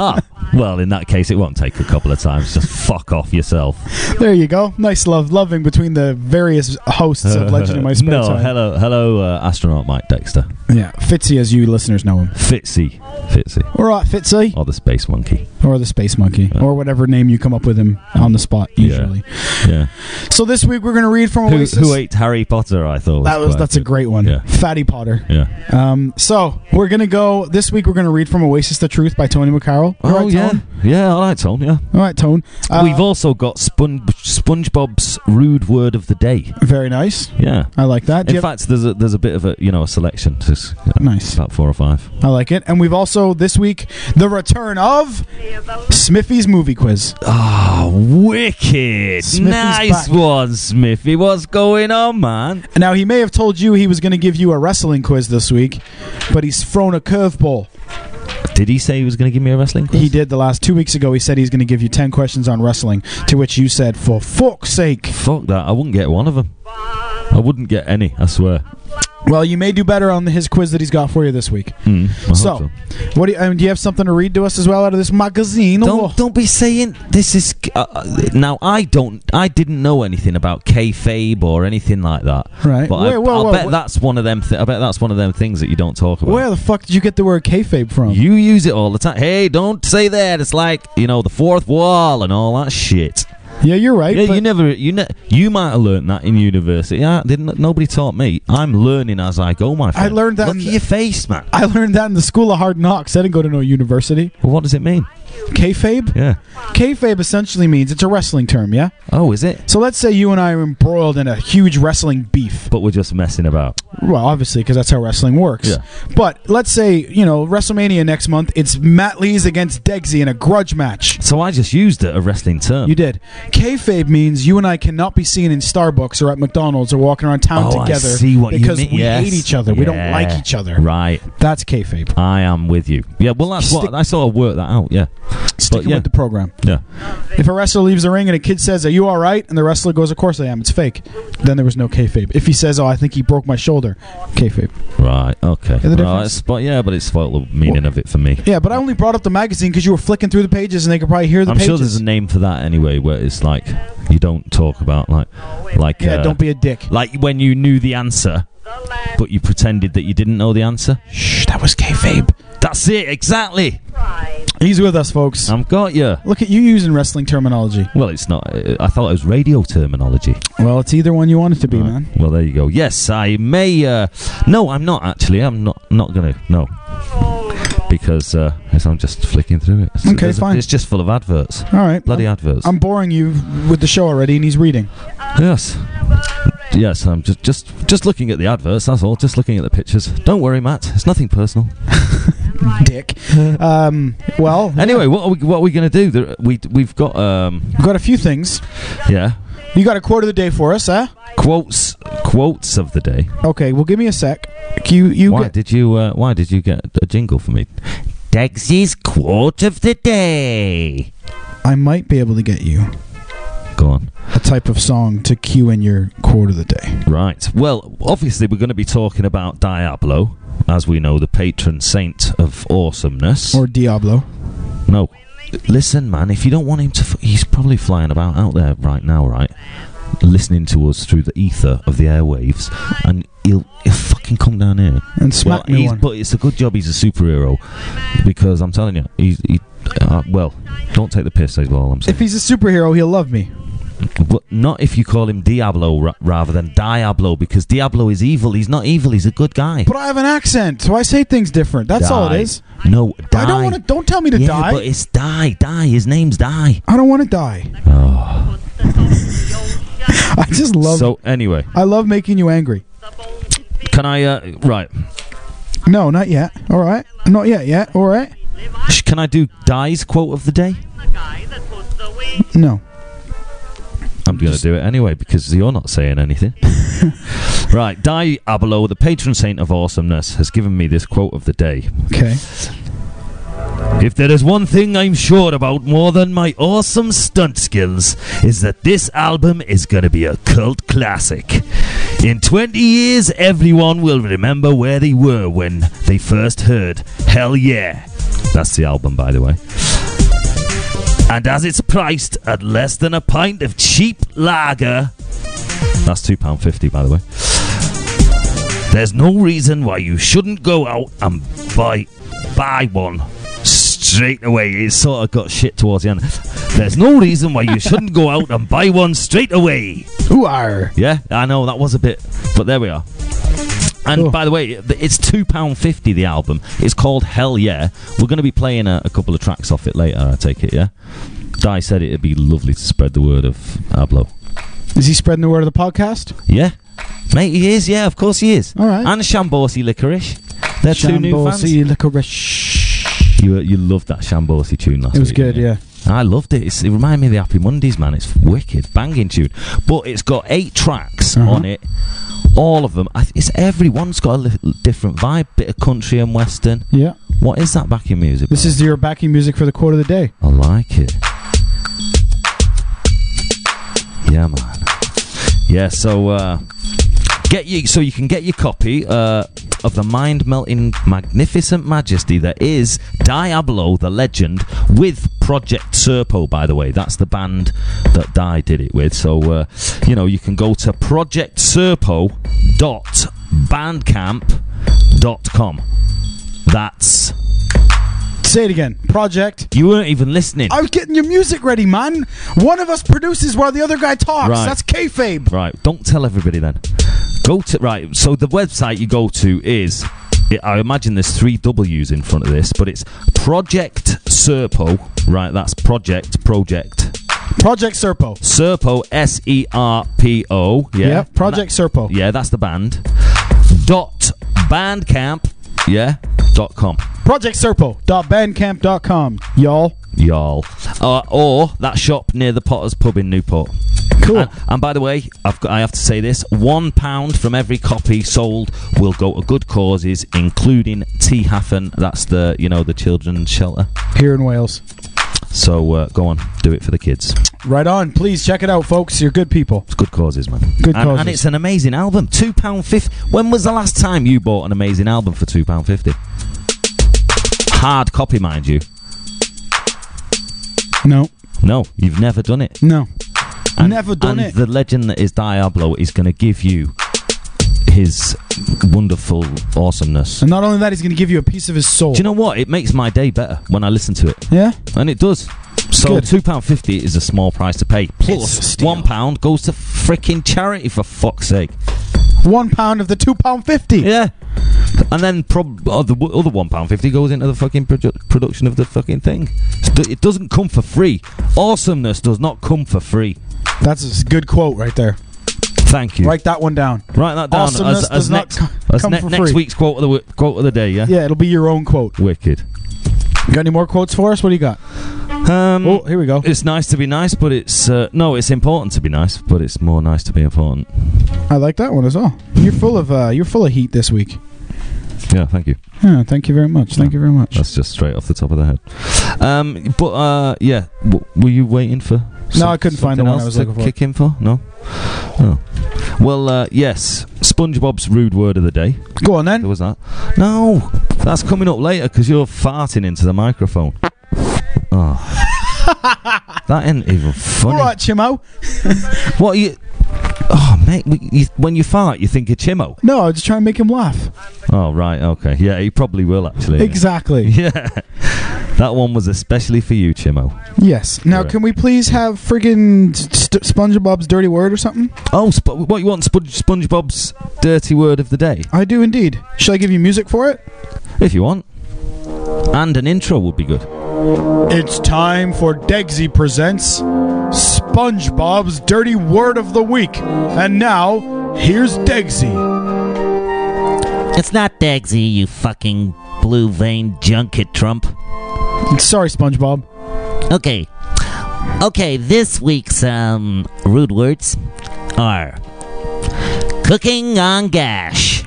[SPEAKER 5] ah, well, in that case, it won't take a couple of times. Just fuck off yourself.
[SPEAKER 4] There you go. Nice love, loving between the various hosts of Legend in My Spare
[SPEAKER 5] no,
[SPEAKER 4] Time.
[SPEAKER 5] hello, hello, uh, astronaut Mike Dexter,
[SPEAKER 4] Yeah, Fitzy, as you listeners know him.
[SPEAKER 5] Fitzy, Fitzy,
[SPEAKER 4] All right, Fitzy,
[SPEAKER 5] or the space monkey.
[SPEAKER 4] or the Space Monkey,
[SPEAKER 5] Yeah.
[SPEAKER 4] or whatever name you come up with him on the spot
[SPEAKER 5] Yeah.
[SPEAKER 4] usually.
[SPEAKER 5] Yeah.
[SPEAKER 4] So this week we're going to read from
[SPEAKER 5] Who,
[SPEAKER 4] Oasis.
[SPEAKER 5] who ate Harry Potter? I thought
[SPEAKER 4] that was
[SPEAKER 5] quite
[SPEAKER 4] that's a
[SPEAKER 5] good.
[SPEAKER 4] great one.
[SPEAKER 5] Yeah.
[SPEAKER 4] Fatty Potter.
[SPEAKER 5] Yeah.
[SPEAKER 4] Um, so we're gonna go this week. We're gonna read from Oasis: The Truth by Tony McCarroll. All right,
[SPEAKER 5] Oh, yeah,
[SPEAKER 4] Tone?
[SPEAKER 5] yeah. All right, Tone. Yeah.
[SPEAKER 4] All right, Tone. Uh,
[SPEAKER 5] We've also got Spon- SpongeBob's rude word of the day.
[SPEAKER 4] Uh, very nice.
[SPEAKER 5] Yeah.
[SPEAKER 4] I like that. Do
[SPEAKER 5] In
[SPEAKER 4] you have-
[SPEAKER 5] fact, there's a there's a bit of a you know a selection. Just you know,
[SPEAKER 4] nice.
[SPEAKER 5] about four or five.
[SPEAKER 4] I like it. And we've also this week the return of Smithy's movie quiz. Ah,
[SPEAKER 5] Oh, wicked!
[SPEAKER 4] Smithy's
[SPEAKER 5] nice
[SPEAKER 4] back.
[SPEAKER 5] one, Smithy. What's going on, man?
[SPEAKER 4] Now he may have told you he was going to give you a wrestling quiz this week, but he's thrown a curveball.
[SPEAKER 5] Did he say he was going to give me a wrestling quiz?
[SPEAKER 4] He did the last two weeks ago. He said he's going to give you ten questions on wrestling, to which you said, "For fuck's sake!"
[SPEAKER 5] Fuck that! I wouldn't get one of them. I wouldn't get any. I swear.
[SPEAKER 4] Well, you may do better on his quiz that he's got for you this week.
[SPEAKER 5] Hmm, I hope
[SPEAKER 4] So, what do you, um, do you have something to read to us as well out of this magazine? Oh,
[SPEAKER 5] Don't don't be saying this is uh, uh, now. I don't. I didn't know anything about kayfabe or anything like that.
[SPEAKER 4] Right.
[SPEAKER 5] But I,
[SPEAKER 4] Wait, whoa,
[SPEAKER 5] I
[SPEAKER 4] whoa,
[SPEAKER 5] bet
[SPEAKER 4] wh-
[SPEAKER 5] that's one of them. Th- I bet that's one of them things that you don't talk about.
[SPEAKER 4] Where the fuck did you get the word kayfabe from?
[SPEAKER 5] you use it all the time. Hey, don't say that. It's like you know the fourth wall and all that shit.
[SPEAKER 4] yeah, you're right.
[SPEAKER 5] yeah,
[SPEAKER 4] but-
[SPEAKER 5] you never. You ne- you might have learned that in university. I didn't. Nobody taught me. I'm learning as I go, my friend.
[SPEAKER 4] learned that
[SPEAKER 5] Look
[SPEAKER 4] in
[SPEAKER 5] at
[SPEAKER 4] the-
[SPEAKER 5] your face, man.
[SPEAKER 4] I learned that in the school of hard knocks. I didn't go to no university.
[SPEAKER 5] Well, what does it mean?
[SPEAKER 4] Kayfabe?
[SPEAKER 5] Yeah.
[SPEAKER 4] Kayfabe essentially means it's a wrestling term, yeah?
[SPEAKER 5] Oh, is it?
[SPEAKER 4] So let's say you and I are embroiled in a huge wrestling beef.
[SPEAKER 5] But we're just messing about.
[SPEAKER 4] Well, obviously, because that's how wrestling works.
[SPEAKER 5] Yeah.
[SPEAKER 4] But let's say, you know, WrestleMania next month, it's Matt Lees against Degsy in a grudge match.
[SPEAKER 5] So I just used it, a wrestling term.
[SPEAKER 4] You did. Kayfabe means you and I cannot be seen in Starbucks or at McDonald's or walking around town
[SPEAKER 5] Oh, I
[SPEAKER 4] together
[SPEAKER 5] see what you
[SPEAKER 4] because
[SPEAKER 5] mean.
[SPEAKER 4] we
[SPEAKER 5] Yes.
[SPEAKER 4] hate each other. We don't
[SPEAKER 5] Yeah.
[SPEAKER 4] like each other.
[SPEAKER 5] Right.
[SPEAKER 4] That's kayfabe.
[SPEAKER 5] I am with you. Yeah, well, that's
[SPEAKER 4] Stick-
[SPEAKER 5] what I sort of worked that out. Yeah,
[SPEAKER 4] Sticking
[SPEAKER 5] yeah.
[SPEAKER 4] with the program.
[SPEAKER 5] yeah.
[SPEAKER 4] If a wrestler leaves the ring and a kid says, "Are you all right?" and the wrestler goes, "Of course I am," it's fake. Then there was no kayfabe. If he says, "Oh, I think he broke my shoulder," kayfabe.
[SPEAKER 5] Right. Okay.
[SPEAKER 4] the
[SPEAKER 5] right.
[SPEAKER 4] difference?
[SPEAKER 5] it's- But yeah, but it's spoiled the meaning of it for me.
[SPEAKER 4] Yeah, but I only brought up the magazine because you were flicking through the pages and they could probably hear the
[SPEAKER 5] I'm
[SPEAKER 4] pages.
[SPEAKER 5] sure there's a name for that anyway, where it's like you don't talk about like like
[SPEAKER 4] yeah,
[SPEAKER 5] uh,
[SPEAKER 4] don't be a dick.
[SPEAKER 5] like when you knew the answer, but you pretended that you didn't know the answer.
[SPEAKER 4] Shh, that was kayfabe.
[SPEAKER 5] That's it. Exactly.
[SPEAKER 4] He's with us, folks.
[SPEAKER 5] I've got you.
[SPEAKER 4] Look at you using wrestling terminology.
[SPEAKER 5] Well, it's not. I thought it was radio terminology.
[SPEAKER 4] Well, it's either one you want it to be,
[SPEAKER 5] Right.
[SPEAKER 4] man.
[SPEAKER 5] Well, there you go. Yes, I may. Uh, no, I'm not actually. I'm not. Not gonna. No, because uh, yes, I'm just flicking through it. It's-
[SPEAKER 4] Okay,
[SPEAKER 5] there's-
[SPEAKER 4] fine. Um,
[SPEAKER 5] It's just full of adverts.
[SPEAKER 4] All right.
[SPEAKER 5] Bloody adverts.
[SPEAKER 4] I'm boring you with the show already, and he's reading.
[SPEAKER 5] yes. Yes, I'm just just just looking at the adverts. That's all. Just looking at the pictures. Don't worry, Matt. It's nothing personal.
[SPEAKER 4] Dick. Um, well,
[SPEAKER 5] Anyway, what are we what are we gonna do? There, we we've got um
[SPEAKER 4] we've got a few things.
[SPEAKER 5] yeah
[SPEAKER 4] You got a quote of the day for us, huh?
[SPEAKER 5] quotes quotes of the day.
[SPEAKER 4] Okay, well, give me a sec. You, you
[SPEAKER 5] Why
[SPEAKER 4] get-
[SPEAKER 5] did you uh, Why did you get a jingle for me? Degsy's quote of the day.
[SPEAKER 4] I might be able to get you
[SPEAKER 5] Go on.
[SPEAKER 4] a type of song to cue in your quote of the day.
[SPEAKER 5] Right. Well, obviously, we're going to be talking about Diablo, as we know, the patron saint of awesomeness.
[SPEAKER 4] Or Diablo.
[SPEAKER 5] no. Listen, man, if you don't want him to. F- he's probably flying about out there right now, right? listening to us through the ether of the airwaves, and he'll, he'll fucking come down here.
[SPEAKER 4] and smack
[SPEAKER 5] well,
[SPEAKER 4] me
[SPEAKER 5] he's,
[SPEAKER 4] one.
[SPEAKER 5] but it's a good job he's a superhero because I'm telling you, he's, he. Uh, well, don't take the piss. Is all I'm saying.
[SPEAKER 4] If he's a superhero, he'll love me.
[SPEAKER 5] But not if you call him Diablo ra- rather than Diablo, because Diablo is evil. He's not evil. He's a good guy.
[SPEAKER 4] But I have an accent, so I say things different. That's all
[SPEAKER 5] Die.
[SPEAKER 4] it is.
[SPEAKER 5] No, die.
[SPEAKER 4] I don't want to. Don't tell me to
[SPEAKER 5] yeah,
[SPEAKER 4] die.
[SPEAKER 5] but it's die, die. His name's die.
[SPEAKER 4] I don't want to die. I just love.
[SPEAKER 5] Oh. so anyway,
[SPEAKER 4] I love making you angry.
[SPEAKER 5] can I? Uh, right,
[SPEAKER 4] No, not yet. All right, not yet. Yet. All right.
[SPEAKER 5] Sh- can I do die's quote of the day?
[SPEAKER 4] No.
[SPEAKER 5] I'm going to do it anyway because you're not saying anything. right, Diablo, the patron saint of awesomeness, has given me this quote of the day.
[SPEAKER 4] Okay.
[SPEAKER 5] If there is one thing I'm sure about more than my awesome stunt skills, is that this album is going to be a cult classic. In 20 years, everyone will remember where they were when they first heard Hell Yeah. That's the album, by the way. And as it's priced at less than a pint of cheap lager, that's £2.50, by the way. There's no reason why you shouldn't go out and buy buy one straight away. It sort of got shit towards the end. There's no reason why you shouldn't go out and buy one straight away.
[SPEAKER 4] Ooh, arr.
[SPEAKER 5] Yeah, I know that was a bit, but there we are. And
[SPEAKER 4] Cool.
[SPEAKER 5] by the way, th- it's two pound fifty. The album. It's called Hell Yeah. We're going to be playing a, a couple of tracks off it later. I take it. Yeah. Di said it'd be lovely to spread the word of Ablo.
[SPEAKER 4] Is he spreading the word of the podcast?
[SPEAKER 5] Yeah, mate, he is. Yeah, of course he is.
[SPEAKER 4] All right.
[SPEAKER 5] And Shamborsi Licorice. They're two new fans.
[SPEAKER 4] Shambosi licorice.
[SPEAKER 5] You, uh, you loved that Shamborsi tune last
[SPEAKER 4] It was
[SPEAKER 5] week,
[SPEAKER 4] good.
[SPEAKER 5] didn't you?
[SPEAKER 4] Yeah.
[SPEAKER 5] I loved it. It's, it reminded me of the Happy Mondays, man. It's wicked, banging tune. But it's got eight tracks
[SPEAKER 4] Uh-huh.
[SPEAKER 5] on it. All of them. I, th- it's everyone's got a little different vibe. Bit of country and western.
[SPEAKER 4] Yeah.
[SPEAKER 5] What is that backing music?
[SPEAKER 4] This
[SPEAKER 5] man?
[SPEAKER 4] is your backing music for the quote of the day.
[SPEAKER 5] I like it. Yeah, man. Yeah, so uh, get you so you can get your copy uh, of the mind-melting, magnificent majesty that is Diablo the Legend with Project Serpo. By the way, that's the band that Di did it with. So uh, you know you can go to projectserpo.bandcamp.com. That's
[SPEAKER 4] Say it again. Project.
[SPEAKER 5] you weren't even listening.
[SPEAKER 4] I was getting your music ready, man. One of us produces while the other guy talks.
[SPEAKER 5] Right.
[SPEAKER 4] That's kayfabe.
[SPEAKER 5] Right, don't tell everybody then. Go to right. So the website you go to is, I imagine there's three W's in front of this, but it's Project Serpo. Right, that's Project Project
[SPEAKER 4] Project Serpo.
[SPEAKER 5] Serpo S E R P O. Yeah,
[SPEAKER 4] Yeah. Project Serpo.
[SPEAKER 5] Yeah, that's the band. Dot Bandcamp. Yeah. Dot com.
[SPEAKER 4] Project Serpo.bandcamp.com, y'all.
[SPEAKER 5] Y'all, uh, or that shop near the Potter's Pub in Newport.
[SPEAKER 4] Cool.
[SPEAKER 5] And, and by the way, I've got, I have to say this: one pound from every copy sold will go to good causes, including T Hafen. That's the you know the children's shelter.
[SPEAKER 4] Here in Wales.
[SPEAKER 5] So uh, go on, do it for the kids.
[SPEAKER 4] Right on. Please check it out, folks. You're good people.
[SPEAKER 5] It's good causes, man.
[SPEAKER 4] Good
[SPEAKER 5] and,
[SPEAKER 4] causes.
[SPEAKER 5] and it's an amazing album. Two pound fifty. When was the last time you bought an amazing album for two pound fifty? Hard copy, mind you.
[SPEAKER 4] No,
[SPEAKER 5] No, you've never done it.
[SPEAKER 4] no. Never done
[SPEAKER 5] and
[SPEAKER 4] it.
[SPEAKER 5] The legend that is Diablo is going to give you his wonderful awesomeness.
[SPEAKER 4] And not only that, he's going to give you a piece of his soul.
[SPEAKER 5] Do you know what? It makes my day better when I listen to it,
[SPEAKER 4] yeah?
[SPEAKER 5] and it does. So
[SPEAKER 4] Good.
[SPEAKER 5] two pound fifty is a small price to pay.
[SPEAKER 4] It's a
[SPEAKER 5] Plus
[SPEAKER 4] steal.
[SPEAKER 5] one pound goes to freaking charity for fuck's sake.
[SPEAKER 4] One pound of the two pound fifty.
[SPEAKER 5] Yeah, and then prob- oh, the w- other one pound fifty goes into the fucking produ- production of the fucking thing. It's do- It doesn't come for free. Awesomeness does not come for free.
[SPEAKER 4] That's a good quote right there.
[SPEAKER 5] Thank you.
[SPEAKER 4] Write that one down.
[SPEAKER 5] Write that down as,
[SPEAKER 4] Awesomeness
[SPEAKER 5] as
[SPEAKER 4] does not
[SPEAKER 5] next,
[SPEAKER 4] co-
[SPEAKER 5] as
[SPEAKER 4] come
[SPEAKER 5] ne-
[SPEAKER 4] for
[SPEAKER 5] next
[SPEAKER 4] free.
[SPEAKER 5] week's quote of the w- quote of the day. Yeah,
[SPEAKER 4] Yeah, it'll be your own quote.
[SPEAKER 5] wicked.
[SPEAKER 4] You got any more quotes for us? What do you got?
[SPEAKER 5] Um,
[SPEAKER 4] Oh, here we go.
[SPEAKER 5] it's nice to be nice, but it's uh, no, it's important to be nice, but it's more nice to be important.
[SPEAKER 4] I like that one as well. You're full of uh, you're full of heat this week.
[SPEAKER 5] Yeah, thank you.
[SPEAKER 4] Yeah, thank you very much. Thank you very much.
[SPEAKER 5] That's just straight off the top of the head. Um, but uh, yeah, w- were you waiting for?
[SPEAKER 4] No, I couldn't find the
[SPEAKER 5] something
[SPEAKER 4] one I
[SPEAKER 5] else
[SPEAKER 4] was
[SPEAKER 5] to
[SPEAKER 4] looking for.
[SPEAKER 5] Kick in for no. Oh. Well, uh, yes, SpongeBob's rude word of the day.
[SPEAKER 4] Go on then.
[SPEAKER 5] There was that. No, that's coming up later because you're farting into the microphone. Oh. that ain't even funny.
[SPEAKER 4] All right, Chimo.
[SPEAKER 5] What are you? Oh, mate, we- you- when you fart, you think of Chimo.
[SPEAKER 4] No, I was just trying to make him laugh.
[SPEAKER 5] Oh, right, okay. Yeah, he probably will, actually.
[SPEAKER 4] Exactly.
[SPEAKER 5] Yeah. That one was especially for you, Chimo.
[SPEAKER 4] Yes. Now,
[SPEAKER 5] Correct.
[SPEAKER 4] can we please have friggin' st- SpongeBob's dirty word or something?
[SPEAKER 5] Oh, Sp- what you want? Sponge- SpongeBob's dirty word of the day,
[SPEAKER 4] I do indeed. Shall I give you music for it?
[SPEAKER 5] if you want. And an intro would be good.
[SPEAKER 4] It's time for Degsy Presents SpongeBob's Dirty Word of the Week. And now, here's Degsy.
[SPEAKER 7] It's not Dagsy, you fucking blue vein junket Trump.
[SPEAKER 4] Sorry, SpongeBob.
[SPEAKER 7] Okay. Okay, this week's um rude words are cooking on gash.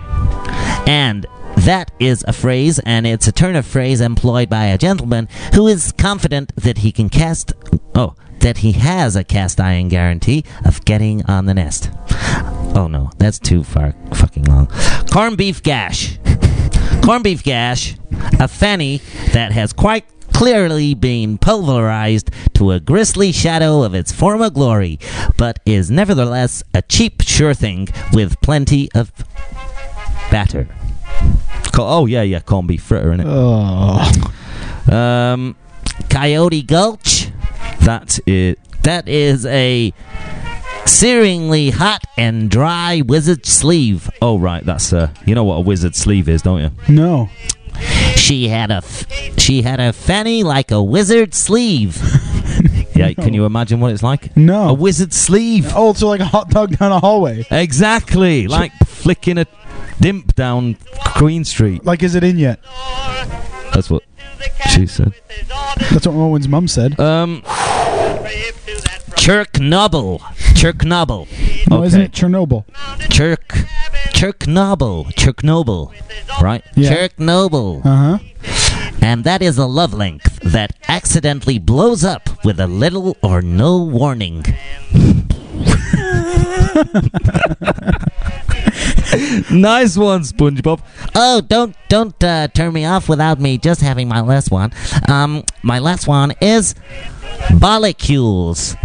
[SPEAKER 7] And that is a phrase and it's a turn of phrase employed by a gentleman who is confident that he can cast oh, that he has a cast iron guarantee of getting on the nest. Oh no, that's too far fucking long. Corned beef gash. Corned beef gash, a fanny that has quite clearly been pulverized to a grisly shadow of its former glory, but is nevertheless a cheap, sure thing with plenty of batter.
[SPEAKER 5] Co- oh, yeah, yeah, corned beef fritter, innit?
[SPEAKER 4] Oh.
[SPEAKER 5] Um,
[SPEAKER 7] Coyote Gulch,
[SPEAKER 5] that is.
[SPEAKER 7] that is a searingly hot and dry wizard sleeve.
[SPEAKER 5] Oh, right, that's. Uh, you know what a wizard sleeve is, don't you?
[SPEAKER 4] No.
[SPEAKER 7] She had a f- she had a fanny like a wizard sleeve.
[SPEAKER 5] Yeah, can you imagine what it's like?
[SPEAKER 4] No.
[SPEAKER 5] A wizard sleeve!
[SPEAKER 4] Oh, so like a hot dog down a hallway.
[SPEAKER 5] Exactly! Like flicking a dimp down Queen Street.
[SPEAKER 4] Like, is it in yet?
[SPEAKER 5] That's what she said.
[SPEAKER 4] That's what Owen's mum said.
[SPEAKER 5] Um,
[SPEAKER 7] Chernobyl. Chernobyl.
[SPEAKER 4] No, isn't
[SPEAKER 5] okay.
[SPEAKER 4] it Chernobyl?
[SPEAKER 7] Cherk. Chernobyl. Chernobyl.
[SPEAKER 5] right.
[SPEAKER 4] Yeah.
[SPEAKER 7] Chernobyl.
[SPEAKER 4] Uh huh.
[SPEAKER 7] And that is a love length that accidentally blows up with a little or no warning.
[SPEAKER 5] Nice one, SpongeBob.
[SPEAKER 7] Oh, don't don't uh, turn me off without me just having my last one. Um, my last one is bollicules.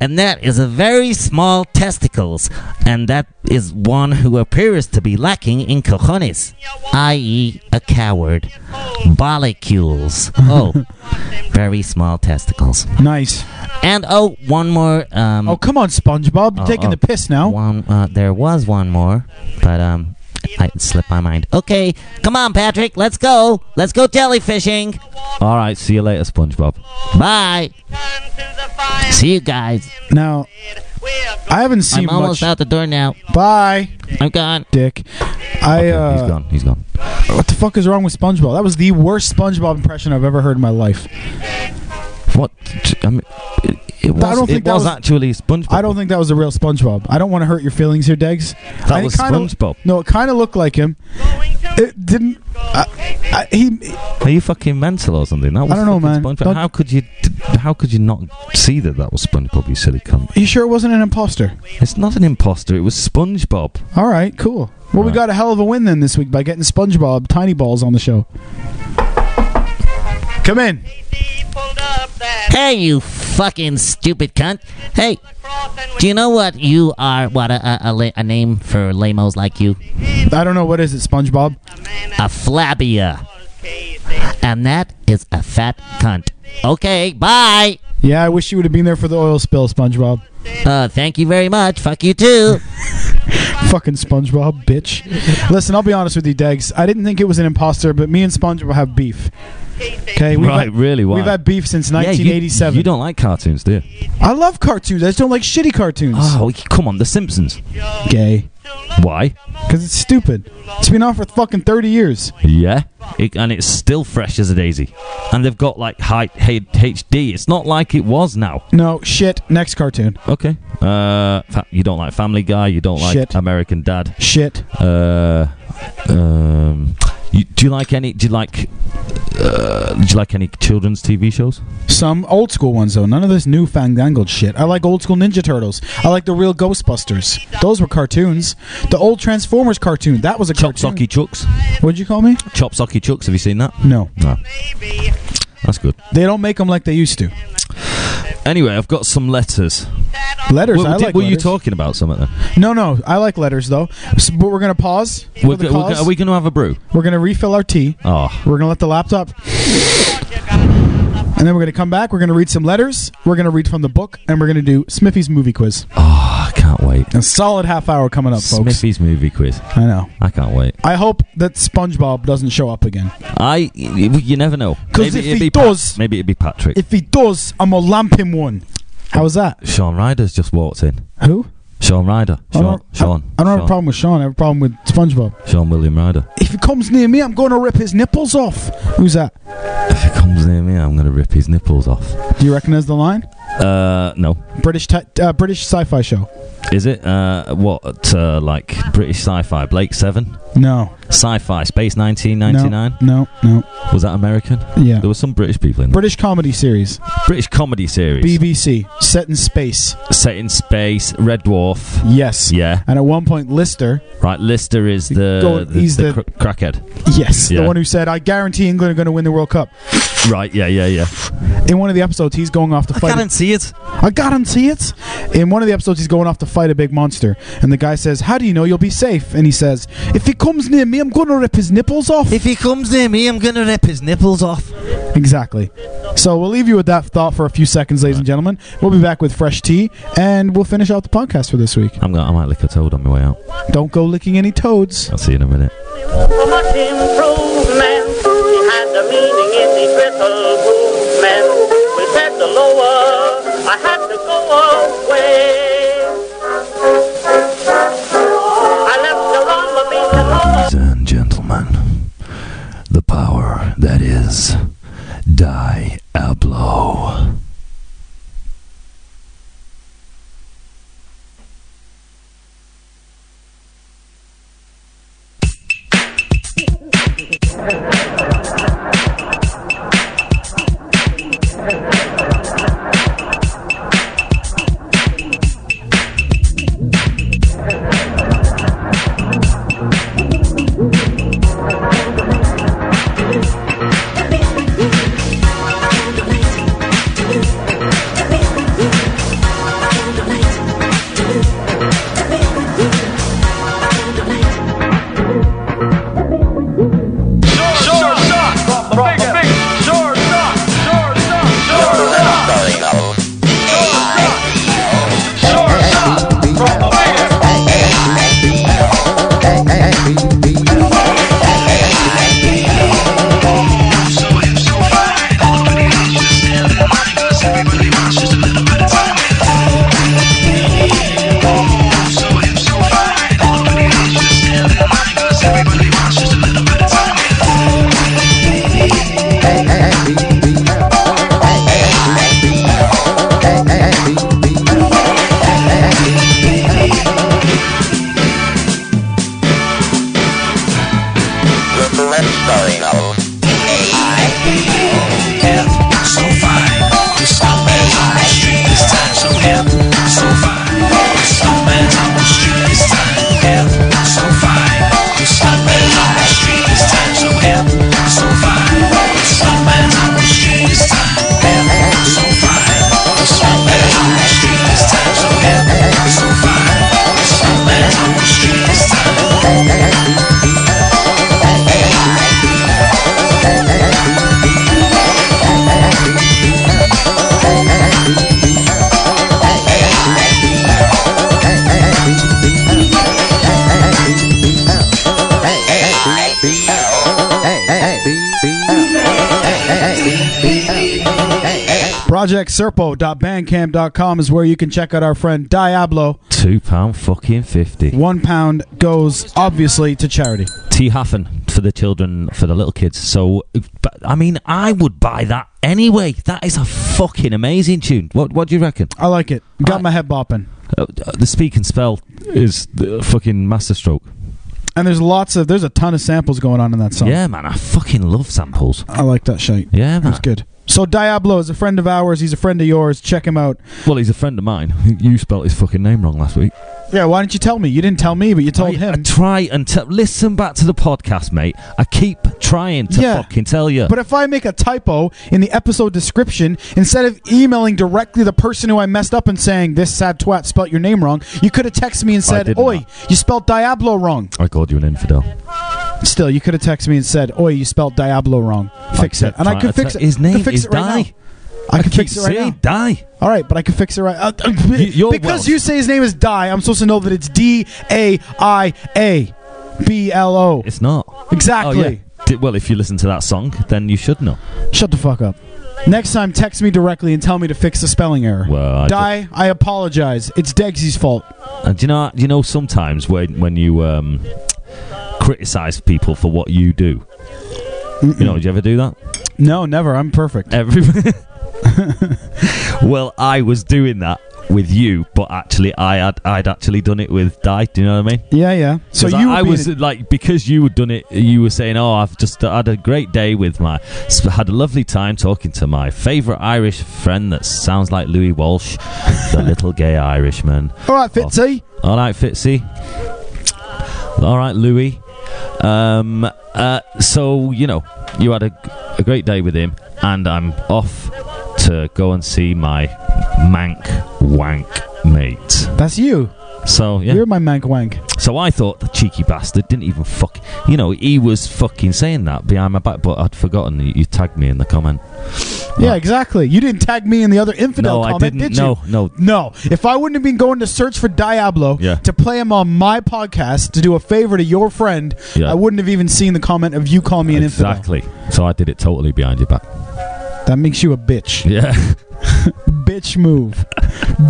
[SPEAKER 7] and that is a very small testicles, and that is one who appears to be lacking in cojones, i.e., a coward. Bollicules. Oh, very small testicles.
[SPEAKER 4] Nice.
[SPEAKER 7] And oh, one more. Um,
[SPEAKER 4] Oh, come on, SpongeBob. You're
[SPEAKER 7] Oh,
[SPEAKER 4] taking
[SPEAKER 7] oh.
[SPEAKER 4] the piss now.
[SPEAKER 7] one uh, there was one more but um I it slipped my mind. Okay, come on, Patrick. Let's go. Let's go jellyfishing.
[SPEAKER 5] All right, see you later, SpongeBob.
[SPEAKER 7] Bye. See you guys.
[SPEAKER 4] Now, I haven't seen
[SPEAKER 7] I'm almost
[SPEAKER 4] much.
[SPEAKER 7] out the door now.
[SPEAKER 4] Bye,
[SPEAKER 7] I'm gone.
[SPEAKER 4] Dick. I, uh.
[SPEAKER 5] he's gone. He's gone.
[SPEAKER 4] What the fuck is wrong with SpongeBob? That was the worst SpongeBob impression I've ever heard in my life.
[SPEAKER 5] What? I mean, it, it was,
[SPEAKER 4] I don't
[SPEAKER 5] it
[SPEAKER 4] think that
[SPEAKER 5] was
[SPEAKER 4] was-
[SPEAKER 5] actually SpongeBob.
[SPEAKER 4] I don't think that was the real SpongeBob. I don't want to hurt your feelings here, Degs.
[SPEAKER 5] that
[SPEAKER 4] And it
[SPEAKER 5] was
[SPEAKER 4] kinda-
[SPEAKER 5] SpongeBob.
[SPEAKER 4] No, it kind of looked like him. It didn't. I, I, he.
[SPEAKER 5] Are you fucking mental or something? That was
[SPEAKER 4] don't know,
[SPEAKER 5] fucking
[SPEAKER 4] man.
[SPEAKER 5] SpongeBob.
[SPEAKER 4] Don't-
[SPEAKER 5] How could you? How could you not see that that was SpongeBob? You silly cunt.
[SPEAKER 4] You sure it wasn't an imposter?
[SPEAKER 5] It's not an imposter. It was SpongeBob.
[SPEAKER 4] All right, cool. Well, we
[SPEAKER 5] Right.
[SPEAKER 4] got a hell of a win then this week by getting SpongeBob Tiny Balls on the show. Come in.
[SPEAKER 7] Hey, you fucking stupid cunt. Hey, do you know what you are? What a, a, a, la- a name for lamos like you?
[SPEAKER 4] I don't know what is it, SpongeBob.
[SPEAKER 7] A flabia. And that is a fat cunt. Okay, bye.
[SPEAKER 4] Yeah, I wish you would have been there for the oil spill, SpongeBob.
[SPEAKER 7] Uh, thank you very much. Fuck you too.
[SPEAKER 4] Fucking SpongeBob, bitch. Listen, I'll be honest with you, Degs. I didn't think it was an imposter, but me and SpongeBob have beef. Okay, we've
[SPEAKER 5] right?
[SPEAKER 4] had,
[SPEAKER 5] really? Why?
[SPEAKER 4] we've had beef since
[SPEAKER 5] Yeah, you-
[SPEAKER 4] 1987.
[SPEAKER 5] you don't like cartoons, do you?
[SPEAKER 4] I love cartoons. I just don't like shitty cartoons.
[SPEAKER 5] Oh, come on, The Simpsons.
[SPEAKER 4] Gay.
[SPEAKER 5] Why?
[SPEAKER 4] Because it's stupid. It's been on for fucking 30 years.
[SPEAKER 5] Yeah, it, and it's still fresh as a daisy. And they've got like high, hey HD. It's not like it was now.
[SPEAKER 4] No, shit. Next cartoon.
[SPEAKER 5] Okay. Uh, fa- you don't like Family Guy. You don't like
[SPEAKER 4] Shit.
[SPEAKER 5] American Dad.
[SPEAKER 4] Shit.
[SPEAKER 5] Uh, um, you, do you like any? Do you like? Uh, do you like any children's TV shows?
[SPEAKER 4] Some old school ones, though. None of this new fandangled shit. I like old school Ninja Turtles. I like the real Ghostbusters. Those were cartoons. The old Transformers cartoon. That was a
[SPEAKER 5] Chop
[SPEAKER 4] cartoon.
[SPEAKER 5] Socky Chucks.
[SPEAKER 4] What'd you call me?
[SPEAKER 5] Chop Socky Chucks. Have you seen that?
[SPEAKER 4] No.
[SPEAKER 5] No. That's good.
[SPEAKER 4] They don't make them like they used to.
[SPEAKER 5] Anyway, I've got some letters.
[SPEAKER 4] Letters.
[SPEAKER 5] Were,
[SPEAKER 4] I
[SPEAKER 5] did-
[SPEAKER 4] like
[SPEAKER 5] were you
[SPEAKER 4] letters.
[SPEAKER 5] talking about something? Then?
[SPEAKER 4] No, no. I like letters though. S- but we're gonna pause. for
[SPEAKER 5] We're
[SPEAKER 4] the
[SPEAKER 5] go- we're go-
[SPEAKER 4] cause.
[SPEAKER 5] are we going to have a brew?
[SPEAKER 4] We're gonna refill our tea.
[SPEAKER 5] Oh,
[SPEAKER 4] We're gonna let the laptop. And then we're gonna come back. We're gonna read some letters. We're gonna read from the book, and we're gonna do Smithy's movie quiz.
[SPEAKER 5] Ah, I can't wait.
[SPEAKER 4] A solid half hour coming up, folks.
[SPEAKER 5] Smithy's movie quiz.
[SPEAKER 4] I know.
[SPEAKER 5] I can't wait.
[SPEAKER 4] I hope that SpongeBob doesn't show up again.
[SPEAKER 5] I. You never know.
[SPEAKER 4] 'Cause
[SPEAKER 5] Maybe
[SPEAKER 4] if
[SPEAKER 5] it'd
[SPEAKER 4] he
[SPEAKER 5] be Pat-
[SPEAKER 4] does-
[SPEAKER 5] maybe it'd be Patrick.
[SPEAKER 4] If he does, I'm gonna lamp him one. How's that?
[SPEAKER 5] Sean Ryder's just walked in.
[SPEAKER 4] Who?
[SPEAKER 5] Sean Ryder.
[SPEAKER 4] I
[SPEAKER 5] Sean.
[SPEAKER 4] don't,
[SPEAKER 5] Sean.
[SPEAKER 4] I, I don't have
[SPEAKER 5] Sean,
[SPEAKER 4] a problem with Sean. I have a problem with SpongeBob.
[SPEAKER 5] Sean William Ryder.
[SPEAKER 4] If he comes near me, I'm going to rip his nipples off. Who's that?
[SPEAKER 5] If he comes near me, I'm going to rip his nipples off.
[SPEAKER 4] Do you recognize the line?
[SPEAKER 5] Uh, no.
[SPEAKER 4] British ti- uh, British sci-fi show.
[SPEAKER 5] Is it? Uh, what? Uh, like British sci-fi? Blake Seven.
[SPEAKER 4] No.
[SPEAKER 5] Sci-fi. Space
[SPEAKER 4] No,
[SPEAKER 5] 1999.
[SPEAKER 4] No. No.
[SPEAKER 5] Was that American?
[SPEAKER 4] Yeah.
[SPEAKER 5] There were some British people in there.
[SPEAKER 4] British comedy series.
[SPEAKER 5] British comedy series.
[SPEAKER 4] BBC. Set in space.
[SPEAKER 5] set in space. Red Dwarf.
[SPEAKER 4] Yes.
[SPEAKER 5] Yeah.
[SPEAKER 4] And at one point, Lister.
[SPEAKER 5] Right. Lister is the
[SPEAKER 4] Go on,
[SPEAKER 5] the,
[SPEAKER 4] he's
[SPEAKER 5] the
[SPEAKER 4] the-
[SPEAKER 5] cr- crackhead.
[SPEAKER 4] Yes.
[SPEAKER 5] Yeah.
[SPEAKER 4] The one who said, "I guarantee England are going to win the World Cup."
[SPEAKER 5] Right. Yeah. Yeah. Yeah.
[SPEAKER 4] In one of the episodes, he's going off to
[SPEAKER 5] I
[SPEAKER 4] fight.
[SPEAKER 5] can't see it.
[SPEAKER 4] I guarantee it. In one of the episodes, he's going off to fight a big monster, and the guy says, "How do you know you'll be safe?" And he says, "If he comes near me, I'm going to rip his nipples off."
[SPEAKER 5] If he comes near me, I'm gonna rip his nipples off.
[SPEAKER 4] Exactly. So we'll leave you with that thought for a few seconds, ladies and gentlemen. We'll be back with fresh tea, and we'll finish out the podcast for this week.
[SPEAKER 5] I'm gonna. I might lick a toad on my way out.
[SPEAKER 4] Don't go licking any toads.
[SPEAKER 5] I'll see you in a minute.
[SPEAKER 8] From a dim man behind the meaning in the brittle movement. We said the lower, I had to go away. I left the rumble beat the lower.
[SPEAKER 5] Ladies and gentlemen, the power that is Diablo.
[SPEAKER 4] ProjectSerpo.bandcamp.com is where you can check out our friend Diablo.
[SPEAKER 5] Two pound fucking fifty.
[SPEAKER 4] One pound goes obviously to charity.
[SPEAKER 5] T Haffen for the children, for the little kids. So, but, I mean, I would buy that anyway. That is a fucking amazing tune. What What do you reckon?
[SPEAKER 4] I like it. Got
[SPEAKER 5] I-
[SPEAKER 4] my head bopping.
[SPEAKER 5] Uh, the speak and spell is the fucking masterstroke.
[SPEAKER 4] And there's lots of there's a ton of samples going on in that song.
[SPEAKER 5] Yeah, man, I fucking love samples.
[SPEAKER 4] I like that shit.
[SPEAKER 5] Yeah,
[SPEAKER 4] It was
[SPEAKER 5] man.
[SPEAKER 4] good. So Diablo is a friend of ours. He's a friend of yours. Check him out.
[SPEAKER 5] Well, he's a friend of mine. You spelt his fucking name wrong last week.
[SPEAKER 4] Yeah, why didn't you tell me? You didn't tell me, but you told
[SPEAKER 5] I,
[SPEAKER 4] him.
[SPEAKER 5] I try and tell. Listen back to the podcast, mate. I keep trying to
[SPEAKER 4] Yeah.
[SPEAKER 5] fucking tell you.
[SPEAKER 4] But if I make a typo in the episode description, instead of emailing directly the person who I messed up and saying, this sad twat spelt your name wrong, you could have texted me and said,
[SPEAKER 5] did
[SPEAKER 4] Oi,
[SPEAKER 5] not.
[SPEAKER 4] you spelt Diablo wrong.
[SPEAKER 5] I called you an infidel.
[SPEAKER 4] Still, you could have texted me and said, Oi, you spelt Diablo wrong. Fix it.
[SPEAKER 5] kept
[SPEAKER 4] And I
[SPEAKER 5] trying
[SPEAKER 4] could
[SPEAKER 5] to
[SPEAKER 4] fix
[SPEAKER 5] te-
[SPEAKER 4] it.
[SPEAKER 5] His
[SPEAKER 4] I
[SPEAKER 5] name
[SPEAKER 4] could fix
[SPEAKER 5] is
[SPEAKER 4] it right
[SPEAKER 5] Di.
[SPEAKER 4] now. I can
[SPEAKER 5] keep
[SPEAKER 4] fix it right
[SPEAKER 5] saying
[SPEAKER 4] now.
[SPEAKER 5] Die.
[SPEAKER 4] All right, but I can fix it right. Uh, uh,
[SPEAKER 5] you're
[SPEAKER 4] because
[SPEAKER 5] Welsh.
[SPEAKER 4] you say his name is Di, I'm supposed to know that it's D A I A B L O.
[SPEAKER 5] It's not.
[SPEAKER 4] Exactly.
[SPEAKER 5] Oh, yeah. Di- Well, if you listen to that song, then you should know.
[SPEAKER 4] Shut the fuck up. Next time, text me directly and tell me to fix the spelling error.
[SPEAKER 5] Well, I
[SPEAKER 4] Di, I apologize. It's Degsy's fault.
[SPEAKER 5] And do you know, you know, sometimes when when you um, criticize people for what you do, you know, do you ever do that?
[SPEAKER 4] No, never. I'm perfect.
[SPEAKER 5] Every. well, I was doing that with you, but actually, I had I'd actually done it with Di. Do you know what I mean?
[SPEAKER 4] Yeah, yeah. So
[SPEAKER 5] 'Cause
[SPEAKER 4] you
[SPEAKER 5] I, I
[SPEAKER 4] were
[SPEAKER 5] was
[SPEAKER 4] being
[SPEAKER 5] like because you had done it, you were saying, "Oh, I've just had a great day with my, sp- had a lovely time talking to my favorite Irish friend that sounds like Louis Walsh, the little gay Irishman."
[SPEAKER 4] a- all right,
[SPEAKER 5] Oh.
[SPEAKER 4] Fitzy.
[SPEAKER 5] All right, Fitzy. All right, Louis. Um, uh, so you know, you had a, a great day with him, and I'm off to go and see my mank wank mate.
[SPEAKER 4] That's you.
[SPEAKER 5] So yeah,
[SPEAKER 4] You're my mank wank.
[SPEAKER 5] so I thought the cheeky bastard didn't even fuck. You know, he was fucking saying that behind my back, but I'd forgotten you, you tagged me in the comment.
[SPEAKER 4] Yeah, exactly. You didn't tag me in the other infidel
[SPEAKER 5] Oh. no, I
[SPEAKER 4] comment,
[SPEAKER 5] didn't.
[SPEAKER 4] did you?
[SPEAKER 5] no, no.
[SPEAKER 4] No, if I wouldn't have been going to search for Diablo
[SPEAKER 5] Yeah.
[SPEAKER 4] to play him on my podcast to do a favor to your friend,
[SPEAKER 5] Yeah.
[SPEAKER 4] I wouldn't have even seen the comment of you call me an infidel.
[SPEAKER 5] Exactly. So I did it totally behind your back.
[SPEAKER 4] That makes you a bitch.
[SPEAKER 5] Yeah.
[SPEAKER 4] Bitch move.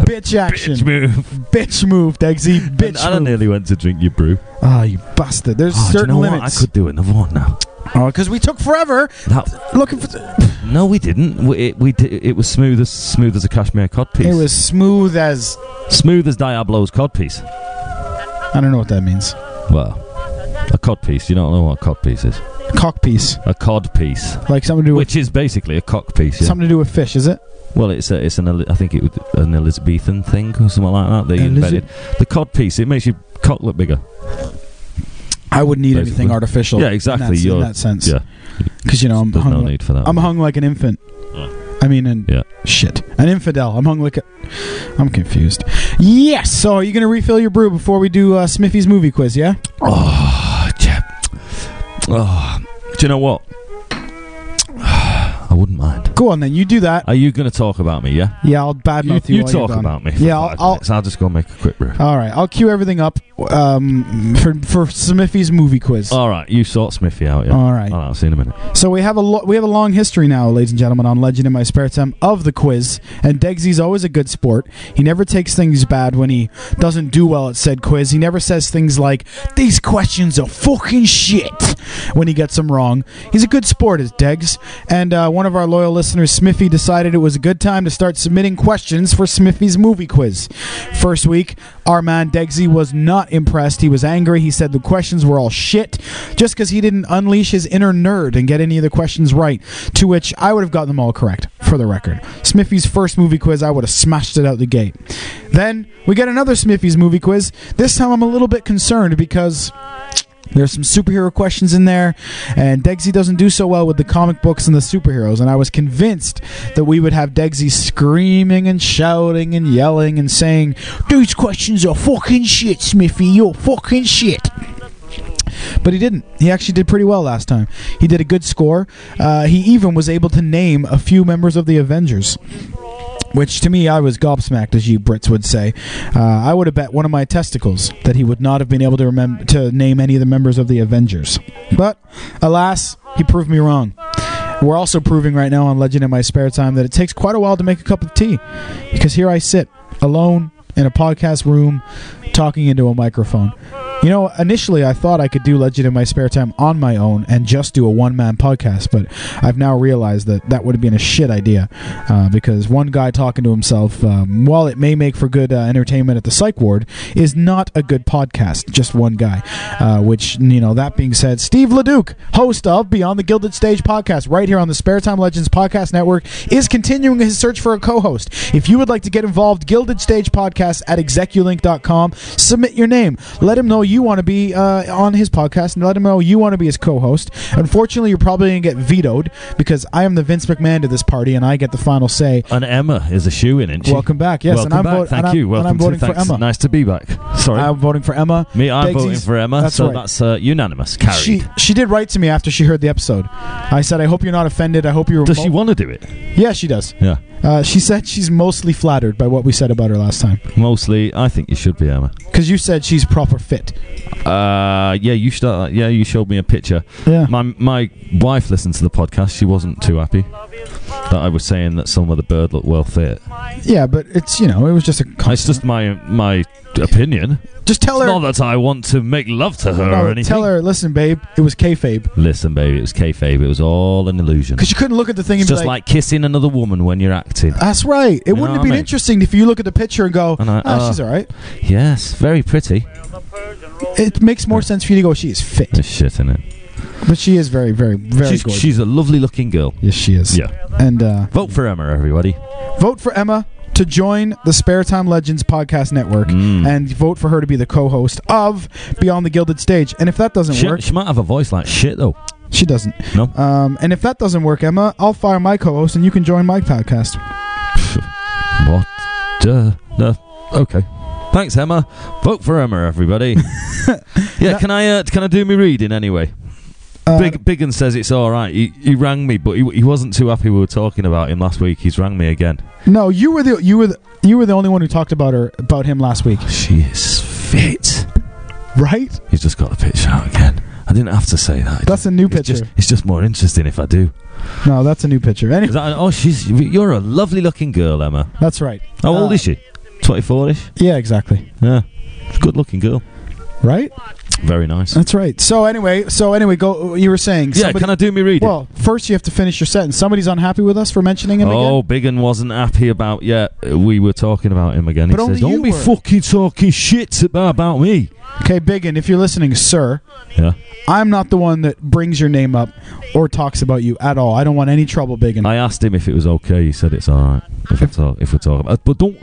[SPEAKER 4] bitch action.
[SPEAKER 5] Bitch move.
[SPEAKER 4] Bitch move, Degsy.
[SPEAKER 5] And
[SPEAKER 4] Bitch
[SPEAKER 5] I
[SPEAKER 4] move.
[SPEAKER 5] nearly went to drink your brew.
[SPEAKER 4] Ah, you bastard. There's
[SPEAKER 5] Oh, do you
[SPEAKER 4] certain
[SPEAKER 5] know what? I
[SPEAKER 4] limits.
[SPEAKER 5] could do another one now.
[SPEAKER 4] Because we took forever
[SPEAKER 5] That-
[SPEAKER 4] looking for.
[SPEAKER 5] no, we didn't. We, it, we did, it was smooth as smooth as a cashmere codpiece.
[SPEAKER 4] It was smooth as.
[SPEAKER 5] smooth as Diablo's codpiece.
[SPEAKER 4] I don't know what that means.
[SPEAKER 5] Well, a codpiece. You don't know what a codpiece is.
[SPEAKER 4] Cock piece.
[SPEAKER 5] A codpiece,
[SPEAKER 4] Like something to do with.
[SPEAKER 5] which is basically a cockpiece. Yeah.
[SPEAKER 4] Something to do with fish, is it?
[SPEAKER 5] Well, it's a, it's an Eli- I think it was an Elizabethan thing or something like that that you
[SPEAKER 4] Eliza-
[SPEAKER 5] invented. The cod piece it makes your cock look bigger.
[SPEAKER 4] I wouldn't need
[SPEAKER 5] Basically.
[SPEAKER 4] anything artificial.
[SPEAKER 5] Yeah,
[SPEAKER 4] in that-
[SPEAKER 5] exactly.
[SPEAKER 4] In that,
[SPEAKER 5] You're-
[SPEAKER 4] sense.
[SPEAKER 5] yeah.
[SPEAKER 4] Because you know I'm
[SPEAKER 5] There's
[SPEAKER 4] hung.
[SPEAKER 5] no
[SPEAKER 4] like,
[SPEAKER 5] need for that.
[SPEAKER 4] I'm hung like an infant.
[SPEAKER 5] Yeah.
[SPEAKER 4] I mean, and
[SPEAKER 5] Yeah.
[SPEAKER 4] shit, an infidel. I'm hung like a. I'm confused. Yes. So are you gonna refill your brew before we do uh, Smithy's movie quiz? Yeah.
[SPEAKER 5] Oh, Jeb. Oh, do you know what? I wouldn't mind.
[SPEAKER 4] Go on then. You do that.
[SPEAKER 5] Are you going to talk about me? Yeah.
[SPEAKER 4] Yeah, I'll
[SPEAKER 5] You,
[SPEAKER 4] badmouth you.
[SPEAKER 5] you
[SPEAKER 4] while
[SPEAKER 5] talk
[SPEAKER 4] you're done.
[SPEAKER 5] about me. For
[SPEAKER 4] Yeah, I'll-
[SPEAKER 5] five
[SPEAKER 4] I'll,
[SPEAKER 5] minutes. I'll just go make a quick brew.
[SPEAKER 4] All right, I'll cue everything up um, for for Smithy's movie quiz.
[SPEAKER 5] All right, you sort Smithy out. Yeah.
[SPEAKER 4] All right.
[SPEAKER 5] All right. I'll see you in a minute.
[SPEAKER 4] So we have a lo- we have a long history now, ladies and gentlemen, on Legend in My Spare Time of the quiz. And Degsy's always a good sport. He never takes things bad when he doesn't do well at said quiz. He never says things like these questions are fucking shit when he gets them wrong. He's a good sport, is Degs. And uh, one of our loyal listeners, Smithy, decided it was a good time to start submitting questions for Smithy's movie quiz. First week, our man Degsy was not impressed. He was angry. He said the questions were all shit just because he didn't unleash his inner nerd and get any of the questions right, to which I would have gotten them all correct, for the record. Smithy's first movie quiz, I would have smashed it out the gate. Then we get another Smithy's movie quiz. This time I'm a little bit concerned because. There's some superhero questions in there, and Degsy doesn't do so well with the comic books and the superheroes. And I was convinced that we would have Degsy screaming and shouting and yelling and saying, These questions are fucking shit, Smithy, you're fucking shit. But he didn't. He actually did pretty well last time. He did a good score. Uh, he even was able to name a few members of the Avengers which to me I was gobsmacked, as you Brits would say. Uh, I would have bet one of my testicles that he would not have been able to remember to name any of the members of the Avengers. But alas, he proved me wrong. We're also proving right now on Legend in My Spare Time that it takes quite a while to make a cup of tea, because here I sit alone in a podcast room talking into a microphone. You know, initially I thought I could do Legend in my spare time on my own and just do a one man podcast, but I've now realized that that would have been a shit idea uh, because one guy talking to himself, um, while it may make for good uh, entertainment at the psych ward, is not a good podcast, just one guy. Uh, which, you know, that being said, Steve LaDuke, host of Beyond the Gilded Stage podcast, right here on the Spare Time Legends Podcast Network, is continuing his search for a co host. If you would like to get involved, Gilded Stage Podcast at execulink.com, submit your name. Let him know you want to be uh, on his podcast and let him know you want to be his co host. Unfortunately, you're probably going to get vetoed because I am the Vince McMahon to this party and I get the final say.
[SPEAKER 5] And Emma is a shoe in, isn't she?
[SPEAKER 4] Welcome back. Yes,
[SPEAKER 5] Welcome
[SPEAKER 4] and I'm
[SPEAKER 5] back.
[SPEAKER 4] vo- and
[SPEAKER 5] Thank
[SPEAKER 4] I'm-
[SPEAKER 5] you.
[SPEAKER 4] and
[SPEAKER 5] Welcome
[SPEAKER 4] I'm
[SPEAKER 5] to-
[SPEAKER 4] voting for
[SPEAKER 5] thanks.
[SPEAKER 4] Emma.
[SPEAKER 5] Nice to be back. Sorry.
[SPEAKER 4] I'm voting for Emma.
[SPEAKER 5] Me, I'm
[SPEAKER 4] Degsy's-
[SPEAKER 5] voting for Emma.
[SPEAKER 4] That's
[SPEAKER 5] so
[SPEAKER 4] right.
[SPEAKER 5] that's uh, unanimous. Carried.
[SPEAKER 4] She she did write to me after she heard the episode. I said, I hope you're not offended. I hope you're.
[SPEAKER 5] Does she want to do it?
[SPEAKER 4] Yeah, she does.
[SPEAKER 5] Yeah.
[SPEAKER 4] Uh, she said she's mostly flattered by what we said about her last time
[SPEAKER 5] Mostly, I think you should be Emma.
[SPEAKER 4] because you said she's proper fit.
[SPEAKER 5] Uh, yeah, you start. Yeah, you showed me a picture.
[SPEAKER 4] Yeah.
[SPEAKER 5] My my wife listened to the podcast. She wasn't too happy that I was saying that some of the bird looked well fit.
[SPEAKER 4] Yeah, but it's you know it was just a.
[SPEAKER 5] It's just my my opinion.
[SPEAKER 4] just tell
[SPEAKER 5] It's
[SPEAKER 4] her.
[SPEAKER 5] not that I want to make love to her
[SPEAKER 4] no,
[SPEAKER 5] or anything.
[SPEAKER 4] tell her. Listen, babe, it was kayfabe
[SPEAKER 5] Listen, baby, it was kayfabe. It was all an illusion.
[SPEAKER 4] because you couldn't look at the thing
[SPEAKER 5] It's
[SPEAKER 4] and be
[SPEAKER 5] just like kissing another woman when you're acting.
[SPEAKER 4] That's right. It
[SPEAKER 5] You
[SPEAKER 4] wouldn't
[SPEAKER 5] know what
[SPEAKER 4] have
[SPEAKER 5] I
[SPEAKER 4] been
[SPEAKER 5] mean?
[SPEAKER 4] interesting if you look at the picture and go,
[SPEAKER 5] And I-
[SPEAKER 4] ah,
[SPEAKER 5] uh,
[SPEAKER 4] she's all right.
[SPEAKER 5] Yes, very pretty.
[SPEAKER 4] It makes more sense for you to go, she is fit.
[SPEAKER 5] It's shit, isn't it?
[SPEAKER 4] But she is very, very, very
[SPEAKER 5] She's,
[SPEAKER 4] gorgeous.
[SPEAKER 5] she's a lovely looking girl.
[SPEAKER 4] yes, she is.
[SPEAKER 5] Yeah.
[SPEAKER 4] And uh,
[SPEAKER 5] Vote for Emma, everybody.
[SPEAKER 4] vote for Emma to join the Spare Time Legends podcast network
[SPEAKER 5] Mm.
[SPEAKER 4] and vote for her to be the co-host of Beyond the Gilded Stage. And if that doesn't
[SPEAKER 5] She,
[SPEAKER 4] work,
[SPEAKER 5] she might have a voice like shit, though.
[SPEAKER 4] she doesn't.
[SPEAKER 5] No?
[SPEAKER 4] Um, and if that doesn't work, Emma, I'll fire my co-host and you can join my podcast.
[SPEAKER 5] What? Duh. No. Okay. Thanks, Emma. Vote for Emma, everybody. yeah, can I uh, can I do me reading anyway?
[SPEAKER 4] Uh,
[SPEAKER 5] Big Biggin says it's all right. He, he rang me, but he, he wasn't too happy. We were talking about him last week. He's rang me again.
[SPEAKER 4] No, you were the you were the, you were the only one who talked about her about him last week,
[SPEAKER 5] She is fit.
[SPEAKER 4] right?
[SPEAKER 5] He's just got the picture out again. I didn't have to say that.
[SPEAKER 4] That's a new
[SPEAKER 5] it's
[SPEAKER 4] picture.
[SPEAKER 5] just it's just more interesting if I do.
[SPEAKER 4] no, that's a new picture. Anyway,
[SPEAKER 5] 'Cause I- oh, she's you're a lovely looking girl, Emma.
[SPEAKER 4] that's right.
[SPEAKER 5] How old
[SPEAKER 4] Uh,
[SPEAKER 5] is she? Twenty four ish.
[SPEAKER 4] Yeah, exactly.
[SPEAKER 5] Yeah, good looking girl.
[SPEAKER 4] Right?
[SPEAKER 5] Very nice.
[SPEAKER 4] That's right. So anyway, so anyway, go. You were saying
[SPEAKER 5] yeah,
[SPEAKER 4] somebody-
[SPEAKER 5] can I do me reading?
[SPEAKER 4] Well, first you have to finish your sentence. Somebody's unhappy with us for mentioning him again.
[SPEAKER 5] Oh, Biggin wasn't happy about. Yeah, we were talking about him again.
[SPEAKER 4] But
[SPEAKER 5] he
[SPEAKER 4] only
[SPEAKER 5] says, "Don't
[SPEAKER 4] you
[SPEAKER 5] be
[SPEAKER 4] were."
[SPEAKER 5] fucking talking shit about, about me."
[SPEAKER 4] Okay, Biggin, if you're listening, sir,
[SPEAKER 5] Yeah,
[SPEAKER 4] I'm not the one that brings your name up or talks about you at all. I don't want any trouble, Biggin.
[SPEAKER 5] I asked him if it was okay. He said it's all right if I talk if we talk about. But don't,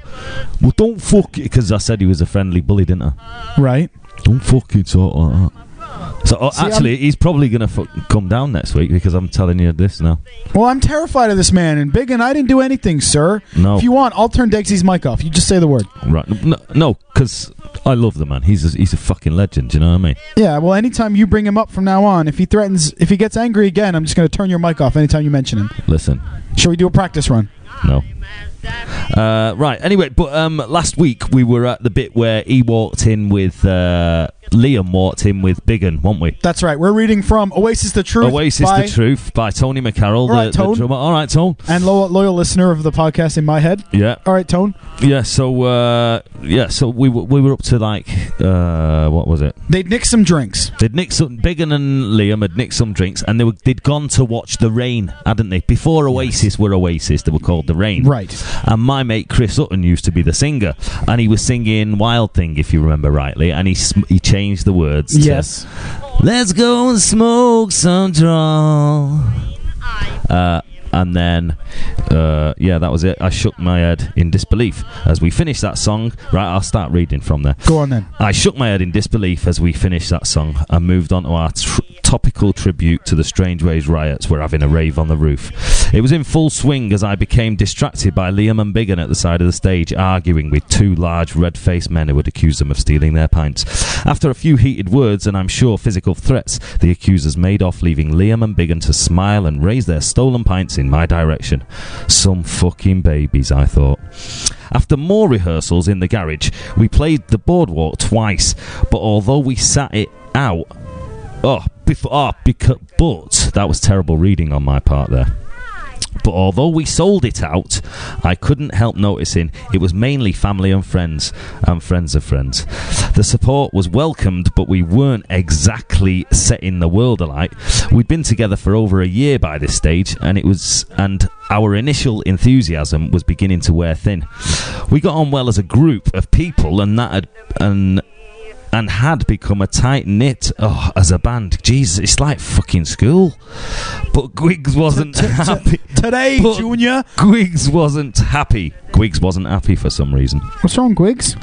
[SPEAKER 5] well, don't fuck because I said he was a friendly bully, didn't I?
[SPEAKER 4] right?
[SPEAKER 5] Don't fucking talk like that. So oh,
[SPEAKER 4] See, I'm-
[SPEAKER 5] actually, he's probably gonna fuck, come down next week because I'm telling you this now.
[SPEAKER 4] Well, I'm terrified of this man, and Biggin, I didn't do anything, sir.
[SPEAKER 5] No.
[SPEAKER 4] If you want, I'll turn Dexy's mic off. You just say the word.
[SPEAKER 5] Right? No, no, because I love the man. He's a, he's a fucking legend. You know what I mean?
[SPEAKER 4] Yeah, well, anytime you bring him up from now on, if he threatens, if he gets angry again, I'm just going to turn your mic off anytime you mention him.
[SPEAKER 5] Listen,
[SPEAKER 4] Shall we do a practice run?
[SPEAKER 5] No. Uh, right. Anyway, but um, last week we were at the bit where he walked in with uh, Liam walked in with Biggin, weren't we?
[SPEAKER 4] That's right. We're reading from Oasis the Truth.
[SPEAKER 5] Oasis
[SPEAKER 4] by-
[SPEAKER 5] the Truth by Tony McCarroll, the,
[SPEAKER 4] All right,
[SPEAKER 5] the
[SPEAKER 4] Tone.
[SPEAKER 5] drummer. All right, Tone.
[SPEAKER 4] And lo- loyal listener of the podcast in my head.
[SPEAKER 5] Yeah,
[SPEAKER 4] All right, Tone.
[SPEAKER 5] yeah. So, uh, yeah. So we were, we were up to like uh, what was it?
[SPEAKER 4] They'd nick some drinks.
[SPEAKER 5] They'd nicked some. Biggin and Liam had nicked some drinks, and they were they'd gone to watch the rain, hadn't they? Before Oasis were Oasis, they were called the Rain.
[SPEAKER 4] Right.
[SPEAKER 5] And my mate Chris Sutton used to be the singer, and he was singing Wild Thing, if you remember rightly, and he sm- he changed the words. to, Let's go and smoke some draw. Uh, and then, uh, yeah, that was it. I shook my head in disbelief as we finished that song. Right, I'll start reading from there.
[SPEAKER 4] Go on then.
[SPEAKER 5] I shook my head in disbelief as we finished that song and moved on to our tr- topical tribute to the Strange Ways riots we're having a rave on the roof. It was in full swing as I became distracted by Liam and Biggin at the side of the stage arguing with two large red faced men who had accused them of stealing their pints. After a few heated words and I'm sure physical threats, the accusers made off, leaving Liam and Biggin to smile and raise their stolen pints in my direction. Some fucking babies, I thought. After more rehearsals in the garage, we played the boardwalk twice, but although we sat it out, oh, before, oh, because, but that was terrible reading on my part there. but although we sold it out, I couldn't help noticing it was mainly family and friends, and friends of friends. The support was welcomed, but we weren't exactly setting the world alight. We'd been together for over a year by this stage, and it was and our initial enthusiasm was beginning to wear thin. We got on well as a group of people, and that had and and had become a tight knit oh, as a band. Jesus, it's like fucking school. But Griggs wasn't happy.
[SPEAKER 4] Today,
[SPEAKER 5] But-
[SPEAKER 4] Junior.
[SPEAKER 5] Griggs wasn't happy. Griggs wasn't happy for some reason.
[SPEAKER 4] What's wrong, Gwigs?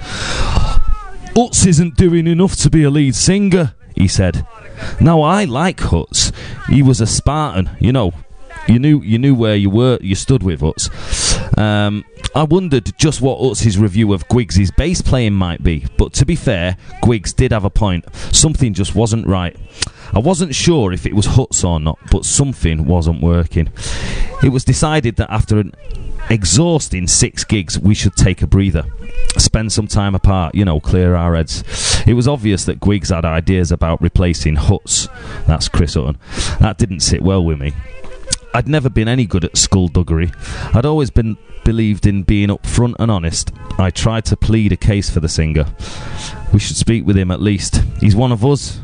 [SPEAKER 5] Hutz isn't doing enough to be a lead singer, he said. Now I like Hutz. He was a Spartan, you know. You knew you knew where you were you stood with Hutz. Um, I wondered just what Hutz's review of Griggs' bass playing might be, but to be fair, Griggs did have a point. Something just wasn't right. I wasn't sure if it was Hutz or not, but something wasn't working. It was decided that after an exhausting six gigs, we should take a breather, spend some time apart, you know, clear our heads. It was obvious that Griggs had ideas about replacing Hutz. That's Chris Hutton. That didn't sit well with me. I'd never been any good at skullduggery. I'd always been believed in being upfront and honest. I tried to plead a case for the singer. We should speak with him at least. He's one of us.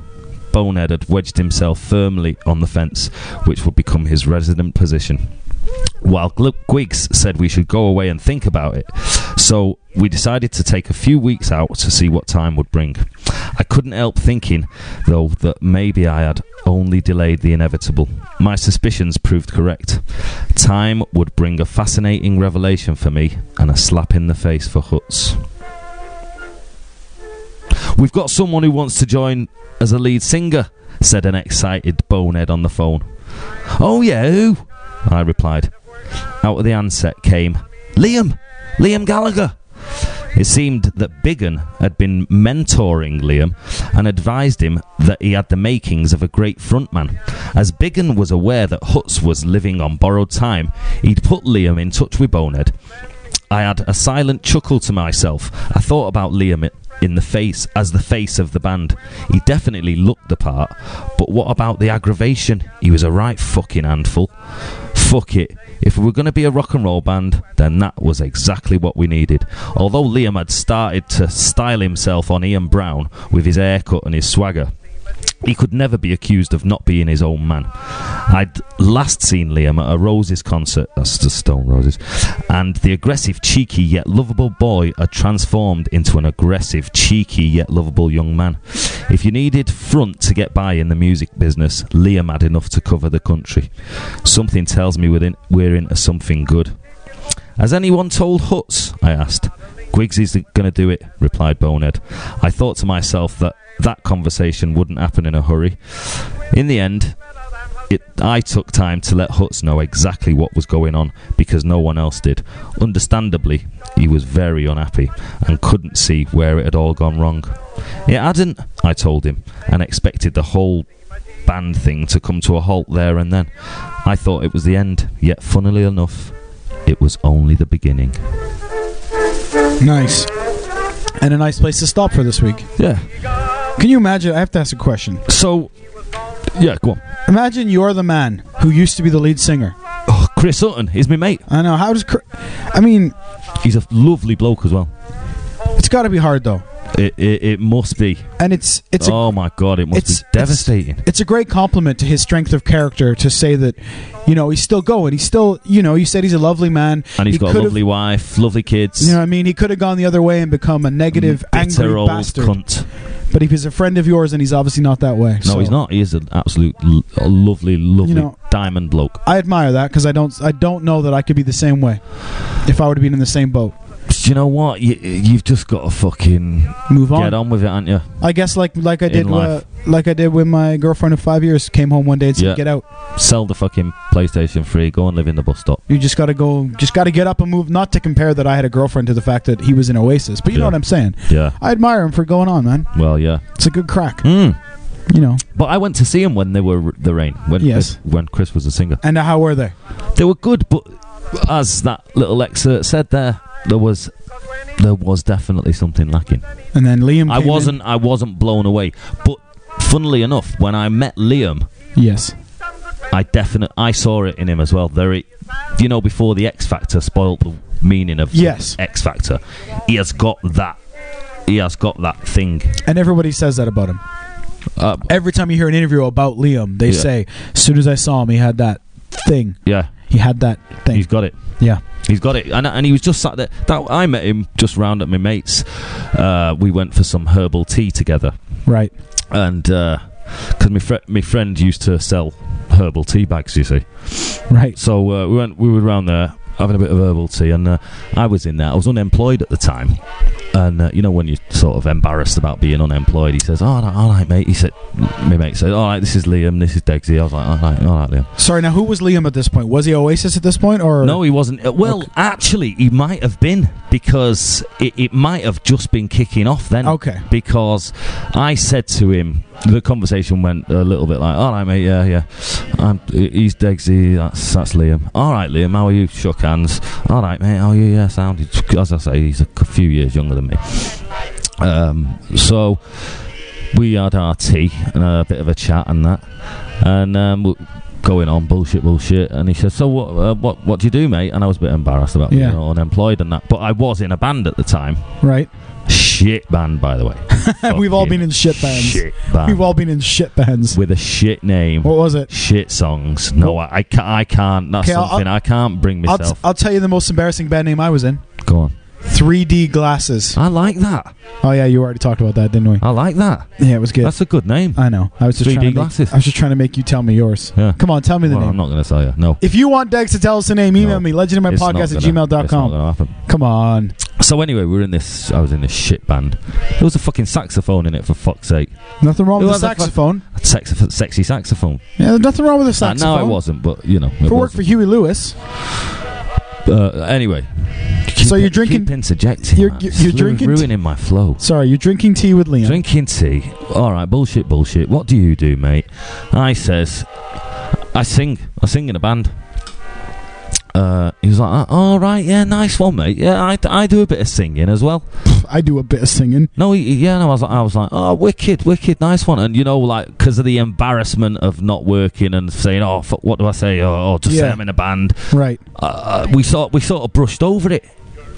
[SPEAKER 5] Bonehead had wedged himself firmly on the fence, which would become his resident position. While Gl- Gwiggs said we should go away and think about it, so we decided to take a few weeks out to see what time would bring. I couldn't help thinking, though, that maybe I had only delayed the inevitable. My suspicions proved correct. Time would bring a fascinating revelation for me and a slap in the face for Hutz. We've got someone who wants to join as a lead singer, said an excited bonehead on the phone. Oh, yeah, who? I replied. Out of the handset came Liam! Liam Gallagher! It seemed that Biggin had been mentoring Liam and advised him that he had the makings of a great frontman. As Biggin was aware that Hutz was living on borrowed time, he'd put Liam in touch with Bonehead. I had a silent chuckle to myself. I thought about Liam i- in the face as the face of the band. He definitely looked the part, but what about the aggravation? He was a right fucking handful. Fuck it. If we were going to be a rock and roll band, then that was exactly what we needed. Although Liam had started to style himself on Ian Brown with his haircut and his swagger, he could never be accused of not being his own man. I'd last seen Liam at a Roses concert, that's the Stone Roses, and the aggressive, cheeky yet lovable boy had transformed into an aggressive, cheeky yet lovable young man. If you needed front to get by in the music business, Liam had enough to cover the country. Something tells me we're, in, we're into something good. Has anyone told Hutz? I asked. Griggs is going to do it, replied Bonehead. I thought to myself that that conversation wouldn't happen in a hurry. In the end, it, I took time to let Hutz know exactly what was going on because no one else did. Understandably, he was very unhappy and couldn't see where it had all gone wrong. It hadn't, I told him, and expected the whole band thing to come to a halt there and then. I thought it was the end, yet funnily enough, it was only the beginning.
[SPEAKER 4] Nice. And a nice place to stop for this week.
[SPEAKER 5] Yeah.
[SPEAKER 4] Can you imagine? I have to ask a question.
[SPEAKER 5] So, yeah, go on.
[SPEAKER 4] Imagine you're the man who used to be the lead singer.
[SPEAKER 5] Oh, Chris Sutton is my mate.
[SPEAKER 4] I know. How does. Cr- I mean,
[SPEAKER 5] He's a lovely bloke as well.
[SPEAKER 4] it's got to be hard though,
[SPEAKER 5] It, it, it must be.
[SPEAKER 4] and it's it's a
[SPEAKER 5] oh my god, it must
[SPEAKER 4] it's-
[SPEAKER 5] be devastating.
[SPEAKER 4] it's a great compliment to his strength of character to say that, you know, he's still going. He's still, you know, you said he's a lovely man,
[SPEAKER 5] and he's
[SPEAKER 4] he
[SPEAKER 5] got a
[SPEAKER 4] could've-
[SPEAKER 5] lovely wife, lovely kids.
[SPEAKER 4] You know, what I mean, he could have gone the other way and become a negative,
[SPEAKER 5] bitter
[SPEAKER 4] angry
[SPEAKER 5] old
[SPEAKER 4] bastard.
[SPEAKER 5] cunt.
[SPEAKER 4] But he was a friend of yours, and he's obviously not that way.
[SPEAKER 5] No,
[SPEAKER 4] so.
[SPEAKER 5] he's not. He is an absolute l- a lovely, lovely
[SPEAKER 4] You know-
[SPEAKER 5] diamond bloke.
[SPEAKER 4] I admire that because I don't, I don't know that I could be the same way if I would have been in the same boat.
[SPEAKER 5] Do you know what? You, you've just got to fucking
[SPEAKER 4] Move on.
[SPEAKER 5] get on with it, aren't you?
[SPEAKER 4] I guess like like I
[SPEAKER 5] In
[SPEAKER 4] did uh,
[SPEAKER 5] life.
[SPEAKER 4] like I did with my girlfriend of five years. Came home one day and said,
[SPEAKER 5] Yeah.
[SPEAKER 4] "Get out!
[SPEAKER 5] Sell the fucking PlayStation 3, go and live in the bus stop.
[SPEAKER 4] You just gotta go. Just gotta get up and move." Not to compare that I had a girlfriend to the fact that he was in Oasis, but you know
[SPEAKER 5] Yeah.
[SPEAKER 4] what I'm saying.
[SPEAKER 5] Yeah,
[SPEAKER 4] I admire him for going on, man.
[SPEAKER 5] well, yeah.
[SPEAKER 4] It's a good crack,
[SPEAKER 5] Mm.
[SPEAKER 4] you know.
[SPEAKER 5] But I went to see him when they were the rain. When
[SPEAKER 4] Yes.
[SPEAKER 5] Chris, when Chris was a singer,
[SPEAKER 4] And how were they?
[SPEAKER 5] they were good. But as that little excerpt said, there there was there was definitely something lacking.
[SPEAKER 4] And then Liam.
[SPEAKER 5] I
[SPEAKER 4] came in.
[SPEAKER 5] wasn't I wasn't blown away. But funnily enough, when I met Liam,
[SPEAKER 4] Yes.
[SPEAKER 5] I definite I saw it in him as well. There, he- you know, before the X Factor spoiled the meaning of
[SPEAKER 4] Yes.
[SPEAKER 5] X Factor, he has got that. He has got that thing.
[SPEAKER 4] And everybody says that about him.
[SPEAKER 5] Uh,
[SPEAKER 4] Every time you hear an interview about Liam, they
[SPEAKER 5] Yeah.
[SPEAKER 4] say, as soon as I saw him, he had that thing.
[SPEAKER 5] yeah,
[SPEAKER 4] He had that thing.
[SPEAKER 5] he's got it.
[SPEAKER 4] yeah.
[SPEAKER 5] He's got it, and, and he was just sat there. That I met him just round at my mates. Uh, we went for some herbal tea together,
[SPEAKER 4] Right.
[SPEAKER 5] and because my fri my friend used to sell herbal tea bags, you see.
[SPEAKER 4] Right.
[SPEAKER 5] So uh, we went, we were round there having a bit of herbal tea, and uh, I was in there. I was unemployed at the time, and uh, you know when you're sort of embarrassed about being unemployed. He says, "Oh, "All right, all right, mate." He said, "My mate said, all right, this is Liam, this is Degsy." I was like, "All right, all right, Liam."
[SPEAKER 4] Sorry, now who was Liam at this point? Was he Oasis at this point? or
[SPEAKER 5] No, he wasn't. Uh, Well, actually, he might have been because it, it might have just been kicking off then.
[SPEAKER 4] Okay.
[SPEAKER 5] Because I said to him, the conversation went a little bit like, "All right, mate, yeah, yeah, I'm, he's Degsy, that's that's Liam. All right, Liam, how are you? Shook hands. All right, mate, how are you? Yeah, sound. As I say, he's a c- few years younger than me. Um, so we had our tea and a bit of a chat and that, and um, we- going on bullshit, bullshit. And he said, "So what? Uh, what? What do you do, mate?" And I was a bit embarrassed about
[SPEAKER 4] Yeah.
[SPEAKER 5] being unemployed and that, but I was in a band at the time.
[SPEAKER 4] Right.
[SPEAKER 5] Shit band, by the way.
[SPEAKER 4] We've all
[SPEAKER 5] Fucking
[SPEAKER 4] been in shit bands.
[SPEAKER 5] Shit band.
[SPEAKER 4] We've all been in shit bands.
[SPEAKER 5] with a shit name.
[SPEAKER 4] What was it?
[SPEAKER 5] Uh, Shit songs. No, I, I, ca- I can't. That's
[SPEAKER 4] 'Kay, I'll-
[SPEAKER 5] something I'll, I can not bring
[SPEAKER 4] I'll, t-
[SPEAKER 5] myself.
[SPEAKER 4] I'll tell you the most embarrassing band name I was in
[SPEAKER 5] Go on.
[SPEAKER 4] 3D Glasses.
[SPEAKER 5] I like that.
[SPEAKER 4] Oh, yeah, you already talked about that, didn't we?
[SPEAKER 5] I like that.
[SPEAKER 4] Yeah, Uh, it was good.
[SPEAKER 5] That's a good name.
[SPEAKER 4] I know. I was just
[SPEAKER 5] 3D
[SPEAKER 4] trying to
[SPEAKER 5] glasses.
[SPEAKER 4] Make, I was just trying to make you tell me yours.
[SPEAKER 5] Yeah.
[SPEAKER 4] Come on, tell me the
[SPEAKER 5] Well,
[SPEAKER 4] name.
[SPEAKER 5] I'm not going to tell you. No.
[SPEAKER 4] If you want Dex to tell us the name, email
[SPEAKER 5] No.
[SPEAKER 4] me legendarypodcast at
[SPEAKER 5] It's not gonna- it's not
[SPEAKER 4] gmail.com.
[SPEAKER 5] gonna happen.
[SPEAKER 4] Come on.
[SPEAKER 5] So anyway, we were in this. I was in this shit band. There was a fucking saxophone in it for fuck's sake.
[SPEAKER 4] Nothing wrong with
[SPEAKER 5] Who
[SPEAKER 4] a
[SPEAKER 5] has a fu-
[SPEAKER 4] saxophone.
[SPEAKER 5] Sex, sexy saxophone.
[SPEAKER 4] yeah, there's nothing wrong with a
[SPEAKER 5] Uh,
[SPEAKER 4] saxophone.
[SPEAKER 5] no, I wasn't, but you know. it
[SPEAKER 4] For work for
[SPEAKER 5] wasn't.
[SPEAKER 4] Huey Lewis,
[SPEAKER 5] Uh, anyway.
[SPEAKER 4] So
[SPEAKER 5] Keep-
[SPEAKER 4] you're drinking-
[SPEAKER 5] Keep interjecting.
[SPEAKER 4] You're-
[SPEAKER 5] man.
[SPEAKER 4] you're-
[SPEAKER 5] It's
[SPEAKER 4] you're
[SPEAKER 5] ru-
[SPEAKER 4] drinking-
[SPEAKER 5] Ruining my flow.
[SPEAKER 4] sorry, you're drinking tea with Liam.
[SPEAKER 5] Drinking tea. All right, bullshit, bullshit. What do you do, mate? I says, I sing. I sing in a band. Uh, he was like, all right, yeah, nice one, mate. Yeah, I, I do a bit of singing as well.
[SPEAKER 4] I do a bit of singing.
[SPEAKER 5] No, he, he- yeah, no, I was like, I was like, oh, wicked, wicked, nice one. And you know, like, because of the embarrassment of not working and saying, oh, fuck, what do I say? Oh, oh just say
[SPEAKER 4] Yeah.
[SPEAKER 5] I'm in a band.
[SPEAKER 4] Right.
[SPEAKER 5] Uh, we sort we sort of brushed over it.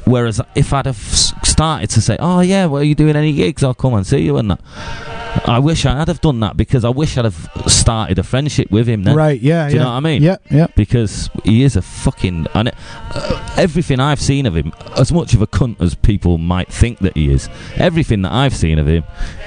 [SPEAKER 5] Whereas if I'd have s- started to say, oh yeah, well, are you doing any gigs? I'll come and see you and that. I wish I had have done that because I wish I'd have started a friendship with him then.
[SPEAKER 4] Right. Yeah.
[SPEAKER 5] Do you
[SPEAKER 4] yeah.
[SPEAKER 5] know what I mean?
[SPEAKER 4] Yep. Yep.
[SPEAKER 5] Because he is a fucking and it, uh, everything I've seen of him, as much of a cunt as people might think that he is, everything that I've seen of him,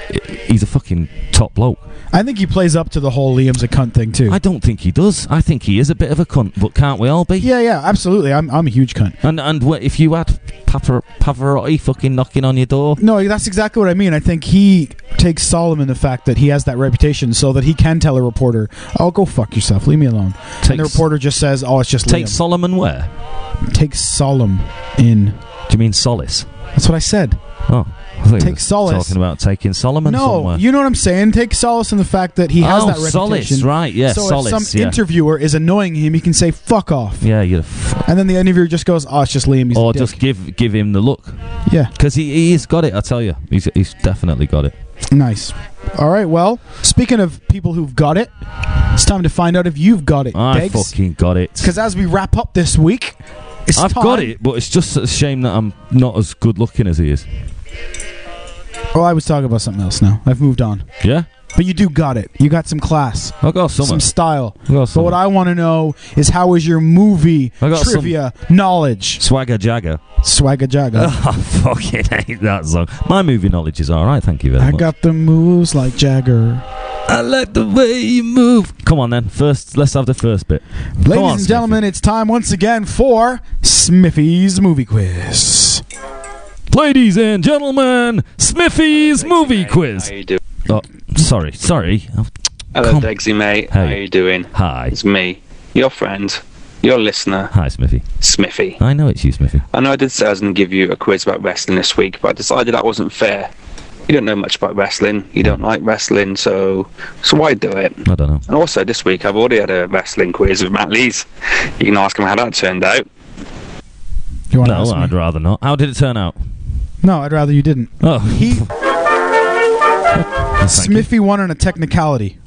[SPEAKER 5] i- he's a fucking top bloke.
[SPEAKER 4] I think he plays up to the whole Liam's a cunt thing too.
[SPEAKER 5] I don't think he does. I think he is a bit of a cunt, but can't we all be?
[SPEAKER 4] yeah. Yeah. Absolutely. I'm. I'm a huge cunt.
[SPEAKER 5] And and wh- if you had Papar- Pavarotti fucking knocking on your door,
[SPEAKER 4] No, that's exactly what I mean. I think he takes solemn in the fact that he has that reputation, so that he can tell a reporter, "Oh, go fuck yourself. Leave me alone." and the
[SPEAKER 5] takes,
[SPEAKER 4] reporter just says, "Oh, it's just
[SPEAKER 5] takes Solomon where?
[SPEAKER 4] Liam." Take solemn in.
[SPEAKER 5] Do you mean solace?
[SPEAKER 4] That's what I said.
[SPEAKER 5] Oh, I thought you
[SPEAKER 4] Take
[SPEAKER 5] were
[SPEAKER 4] solace.
[SPEAKER 5] Talking about taking Solomon
[SPEAKER 4] no,
[SPEAKER 5] somewhere.
[SPEAKER 4] you know what I'm saying. Take solace in the fact that he has
[SPEAKER 5] oh,
[SPEAKER 4] that reputation.
[SPEAKER 5] solace, right? Yeah,
[SPEAKER 4] so
[SPEAKER 5] solace.
[SPEAKER 4] if some
[SPEAKER 5] yeah.
[SPEAKER 4] interviewer is annoying him, he can say "fuck off,"
[SPEAKER 5] yeah, you're a f-
[SPEAKER 4] and then the interviewer just goes, "Oh, it's just Liam." He's a
[SPEAKER 5] or
[SPEAKER 4] dick."
[SPEAKER 5] just give give him the look
[SPEAKER 4] yeah,
[SPEAKER 5] because he he's got it. I tell you, he's he's definitely got it.
[SPEAKER 4] nice. All right. Well, speaking of people who've got it, it's time to find out if you've got it,
[SPEAKER 5] I fucking got it.
[SPEAKER 4] Because as we wrap up this week, it's
[SPEAKER 5] I've
[SPEAKER 4] time-
[SPEAKER 5] got it, but it's just a shame that I'm not as good looking as he is.
[SPEAKER 4] Oh, I was talking about something else now. I've moved on.
[SPEAKER 5] Yeah,
[SPEAKER 4] But you do got it. You got some class,
[SPEAKER 5] I got some.
[SPEAKER 4] some style.
[SPEAKER 5] I got
[SPEAKER 4] But
[SPEAKER 5] some.
[SPEAKER 4] what I want to know is how is your movie
[SPEAKER 5] I got some-
[SPEAKER 4] trivia knowledge?
[SPEAKER 5] Swagger Jagger.
[SPEAKER 4] Swagga jagga.
[SPEAKER 5] Oh, I fucking hate that song. My movie knowledge is all right, thank you very
[SPEAKER 4] I
[SPEAKER 5] much.
[SPEAKER 4] got the moves like Jagger.
[SPEAKER 5] I like the way you move. Come on then, first let's have the first bit.
[SPEAKER 4] Ladies
[SPEAKER 5] on,
[SPEAKER 4] and gentlemen, it's time once again for Smiffy's Movie Quiz.
[SPEAKER 5] Ladies and gentlemen, Smithy's movie quiz.
[SPEAKER 6] How you doing?
[SPEAKER 5] Oh, sorry, sorry. Oh,
[SPEAKER 6] Hello,
[SPEAKER 5] Come-
[SPEAKER 6] Degsy, mate.
[SPEAKER 5] Hey.
[SPEAKER 6] How you doing?
[SPEAKER 5] hi,
[SPEAKER 6] It's me, your friend, your listener,
[SPEAKER 5] hi, Smithy.
[SPEAKER 6] Smithy.
[SPEAKER 5] I know it's you, Smithy.
[SPEAKER 6] I know I did say I was going to give you a quiz about wrestling this week, but I decided that wasn't fair. You don't know much about wrestling. You don't like wrestling, so so why do it?
[SPEAKER 5] I don't know.
[SPEAKER 6] And also, this week I've already had a wrestling quiz with Matt Lees. You can ask him how that turned out.
[SPEAKER 4] You want to
[SPEAKER 5] No,
[SPEAKER 4] ask me?
[SPEAKER 5] I'd rather not. How did it turn out?
[SPEAKER 4] no, I'd rather you didn't.
[SPEAKER 5] Oh,
[SPEAKER 4] He
[SPEAKER 5] thank you.
[SPEAKER 4] Smiffy won on a technicality.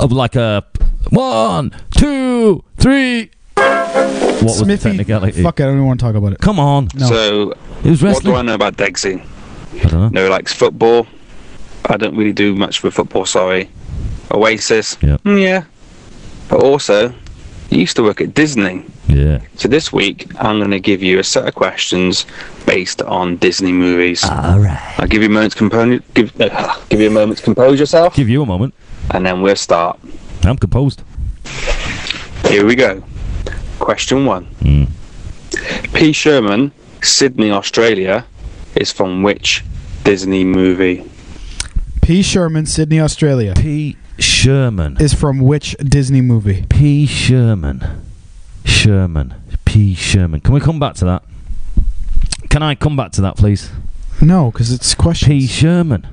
[SPEAKER 5] Oh, like a One, two, three. What was the
[SPEAKER 4] Smithy.
[SPEAKER 5] technicality?
[SPEAKER 4] Fuck it, I don't even want to talk about it.
[SPEAKER 5] Come on.
[SPEAKER 4] No.
[SPEAKER 6] So,
[SPEAKER 5] It was
[SPEAKER 6] what do
[SPEAKER 5] wrestling.
[SPEAKER 6] I know about Degsy?
[SPEAKER 5] I don't know.
[SPEAKER 6] No, he likes football. I don't really do much with football, sorry. Oasis?
[SPEAKER 5] Yeah.
[SPEAKER 6] Mm, yeah. But also, he used to work at Disney.
[SPEAKER 5] Yeah.
[SPEAKER 6] So this week, I'm going to give you a set of questions based on Disney movies.
[SPEAKER 7] All right.
[SPEAKER 6] I'll give you a moment to compose, give, uh, give you a moment to compose yourself,
[SPEAKER 5] Give you a moment.
[SPEAKER 6] and then we'll start.
[SPEAKER 5] I'm composed.
[SPEAKER 6] Here we go. Question one. P. Sherman, Sydney, Australia, is from which Disney movie?
[SPEAKER 4] P. Sherman, Sydney, Australia,
[SPEAKER 5] P. Sherman.
[SPEAKER 4] is from which Disney movie?
[SPEAKER 5] P. Sherman. Sherman. P. Sherman. Can we come back to that? Can I come back to that, please?
[SPEAKER 4] No, because it's
[SPEAKER 5] P.
[SPEAKER 4] questions.
[SPEAKER 5] Sherman.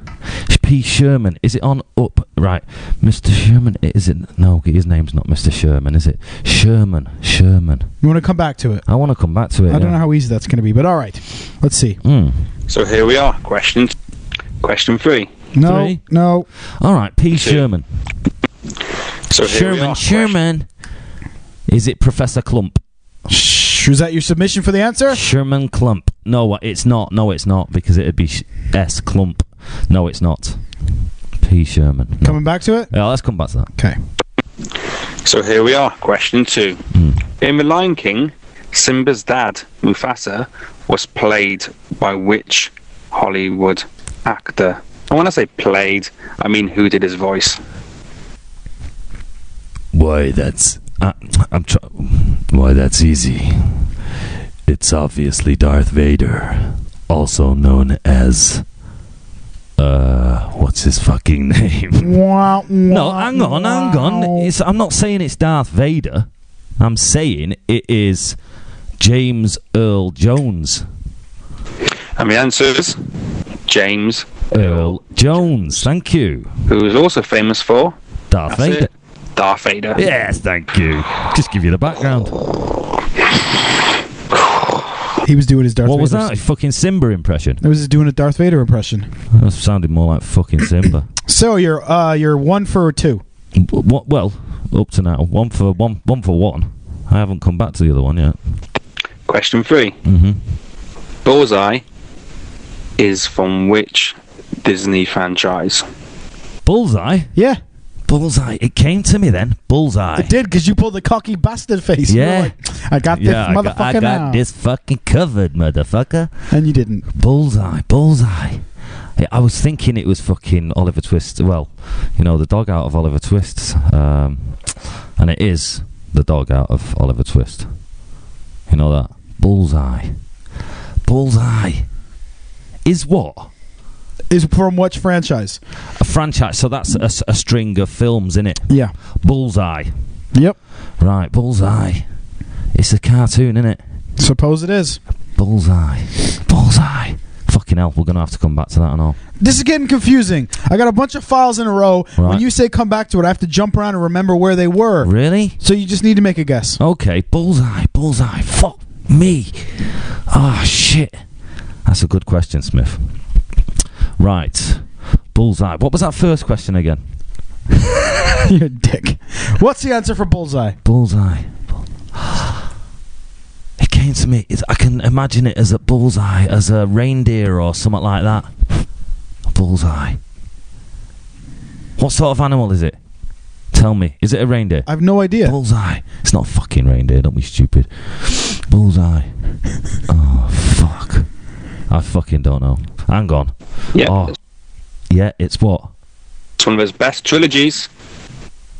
[SPEAKER 5] P. Sherman. Is it on up? Right. Mr. Sherman. It isn't. No, his name's not Mr. Sherman, is it? Sherman. Sherman.
[SPEAKER 4] You want to come back to it?
[SPEAKER 5] I want to come back to it.
[SPEAKER 4] I don't know how easy that's going to be, but all right. Let's see.
[SPEAKER 5] Mm.
[SPEAKER 6] So here we are. Question question three.
[SPEAKER 4] No,
[SPEAKER 5] Three.
[SPEAKER 4] no.
[SPEAKER 5] All right. P. Sherman.
[SPEAKER 6] So here we
[SPEAKER 5] Sherman.
[SPEAKER 6] are.
[SPEAKER 5] Sherman. Is it Professor Clump?
[SPEAKER 4] Shh, was that your submission for the answer?
[SPEAKER 5] Sherman Clump. No, uh, it's not. No, it's not because it'd be Sh- S Clump. No, it's not. P. Sherman. No.
[SPEAKER 4] Coming back to it?
[SPEAKER 5] Yeah, let's come back to that.
[SPEAKER 4] Okay.
[SPEAKER 6] So here we are. Question two. In The Lion King, Simba's dad, Mufasa, was played by which Hollywood actor? And when I say played, I mean who did his voice.
[SPEAKER 5] Why that's uh, I'm tr- why that's easy. It's obviously Darth Vader, also known as uh what's his fucking name?
[SPEAKER 4] Wah,
[SPEAKER 5] no,
[SPEAKER 4] wah,
[SPEAKER 5] hang on, hang on.
[SPEAKER 4] wah.
[SPEAKER 5] It's, I'm not saying it's Darth Vader. I'm saying it is James Earl Jones.
[SPEAKER 6] And the answer is James,
[SPEAKER 5] Earl Jones. Thank you.
[SPEAKER 6] who is also famous for
[SPEAKER 5] Darth
[SPEAKER 6] That's
[SPEAKER 5] Vader.
[SPEAKER 6] it. Darth Vader.
[SPEAKER 5] Yes, thank you. Just give you the background.
[SPEAKER 4] He was doing his Darth
[SPEAKER 5] what was
[SPEAKER 4] Vader.
[SPEAKER 5] that? A fucking Simba impression.
[SPEAKER 4] It was doing a Darth Vader impression.
[SPEAKER 5] That sounded more like fucking Simba.
[SPEAKER 4] So you're uh you're one for two.
[SPEAKER 5] What? Well, up to now, one for one, one for one. I haven't come back to the other one yet.
[SPEAKER 6] Question 3
[SPEAKER 5] Mhm.
[SPEAKER 6] Bullseye is from which Disney franchise?
[SPEAKER 5] Bullseye,
[SPEAKER 4] Yeah,
[SPEAKER 5] bullseye. It came to me then. Bullseye.
[SPEAKER 4] it did because you pulled the cocky bastard face. You were
[SPEAKER 5] Yeah.
[SPEAKER 4] like, I got this
[SPEAKER 5] Yeah, I
[SPEAKER 4] motherfucker
[SPEAKER 5] got, I
[SPEAKER 4] now,
[SPEAKER 5] got this fucking covered, motherfucker.
[SPEAKER 4] and you didn't.
[SPEAKER 5] Bullseye, bullseye. Yeah, I was thinking it was fucking Oliver Twist. Well, you know the dog out of Oliver Twist, um, and it is the dog out of Oliver Twist. You know that bullseye, bullseye is what.
[SPEAKER 4] Is from which franchise?
[SPEAKER 5] A franchise, so that's a, s- a string of films, in it.
[SPEAKER 4] Yeah.
[SPEAKER 5] Bullseye,
[SPEAKER 4] Yep.
[SPEAKER 5] right? Bullseye. It's a cartoon, is it?
[SPEAKER 4] Suppose it is.
[SPEAKER 5] Bullseye, bullseye. Fucking hell, we're gonna have to come back to that and all.
[SPEAKER 4] This is getting confusing. I got a bunch of files in a row. When
[SPEAKER 5] Right.
[SPEAKER 4] you say come back to it, I have to jump around and remember where they were.
[SPEAKER 5] Really?
[SPEAKER 4] So you just need to make a guess.
[SPEAKER 5] Okay, bullseye, bullseye. Fuck me. Ah, shit. That's a good question, Smith. Right, bullseye. What was that first question again?
[SPEAKER 4] You're a dick. What's the answer for bullseye?
[SPEAKER 5] Bullseye. Bull- It came to me. It's, I can imagine it as a bullseye, as a reindeer or something like that. Bullseye. What sort of animal is it? Tell me. Is it a reindeer?
[SPEAKER 4] I have no idea.
[SPEAKER 5] Bullseye. It's not a fucking reindeer. Don't be stupid. Bullseye. oh fuck. I fucking don't know. Hang on.
[SPEAKER 6] Yeah.
[SPEAKER 5] Oh. Yeah. It's what
[SPEAKER 6] It's one of his best trilogies.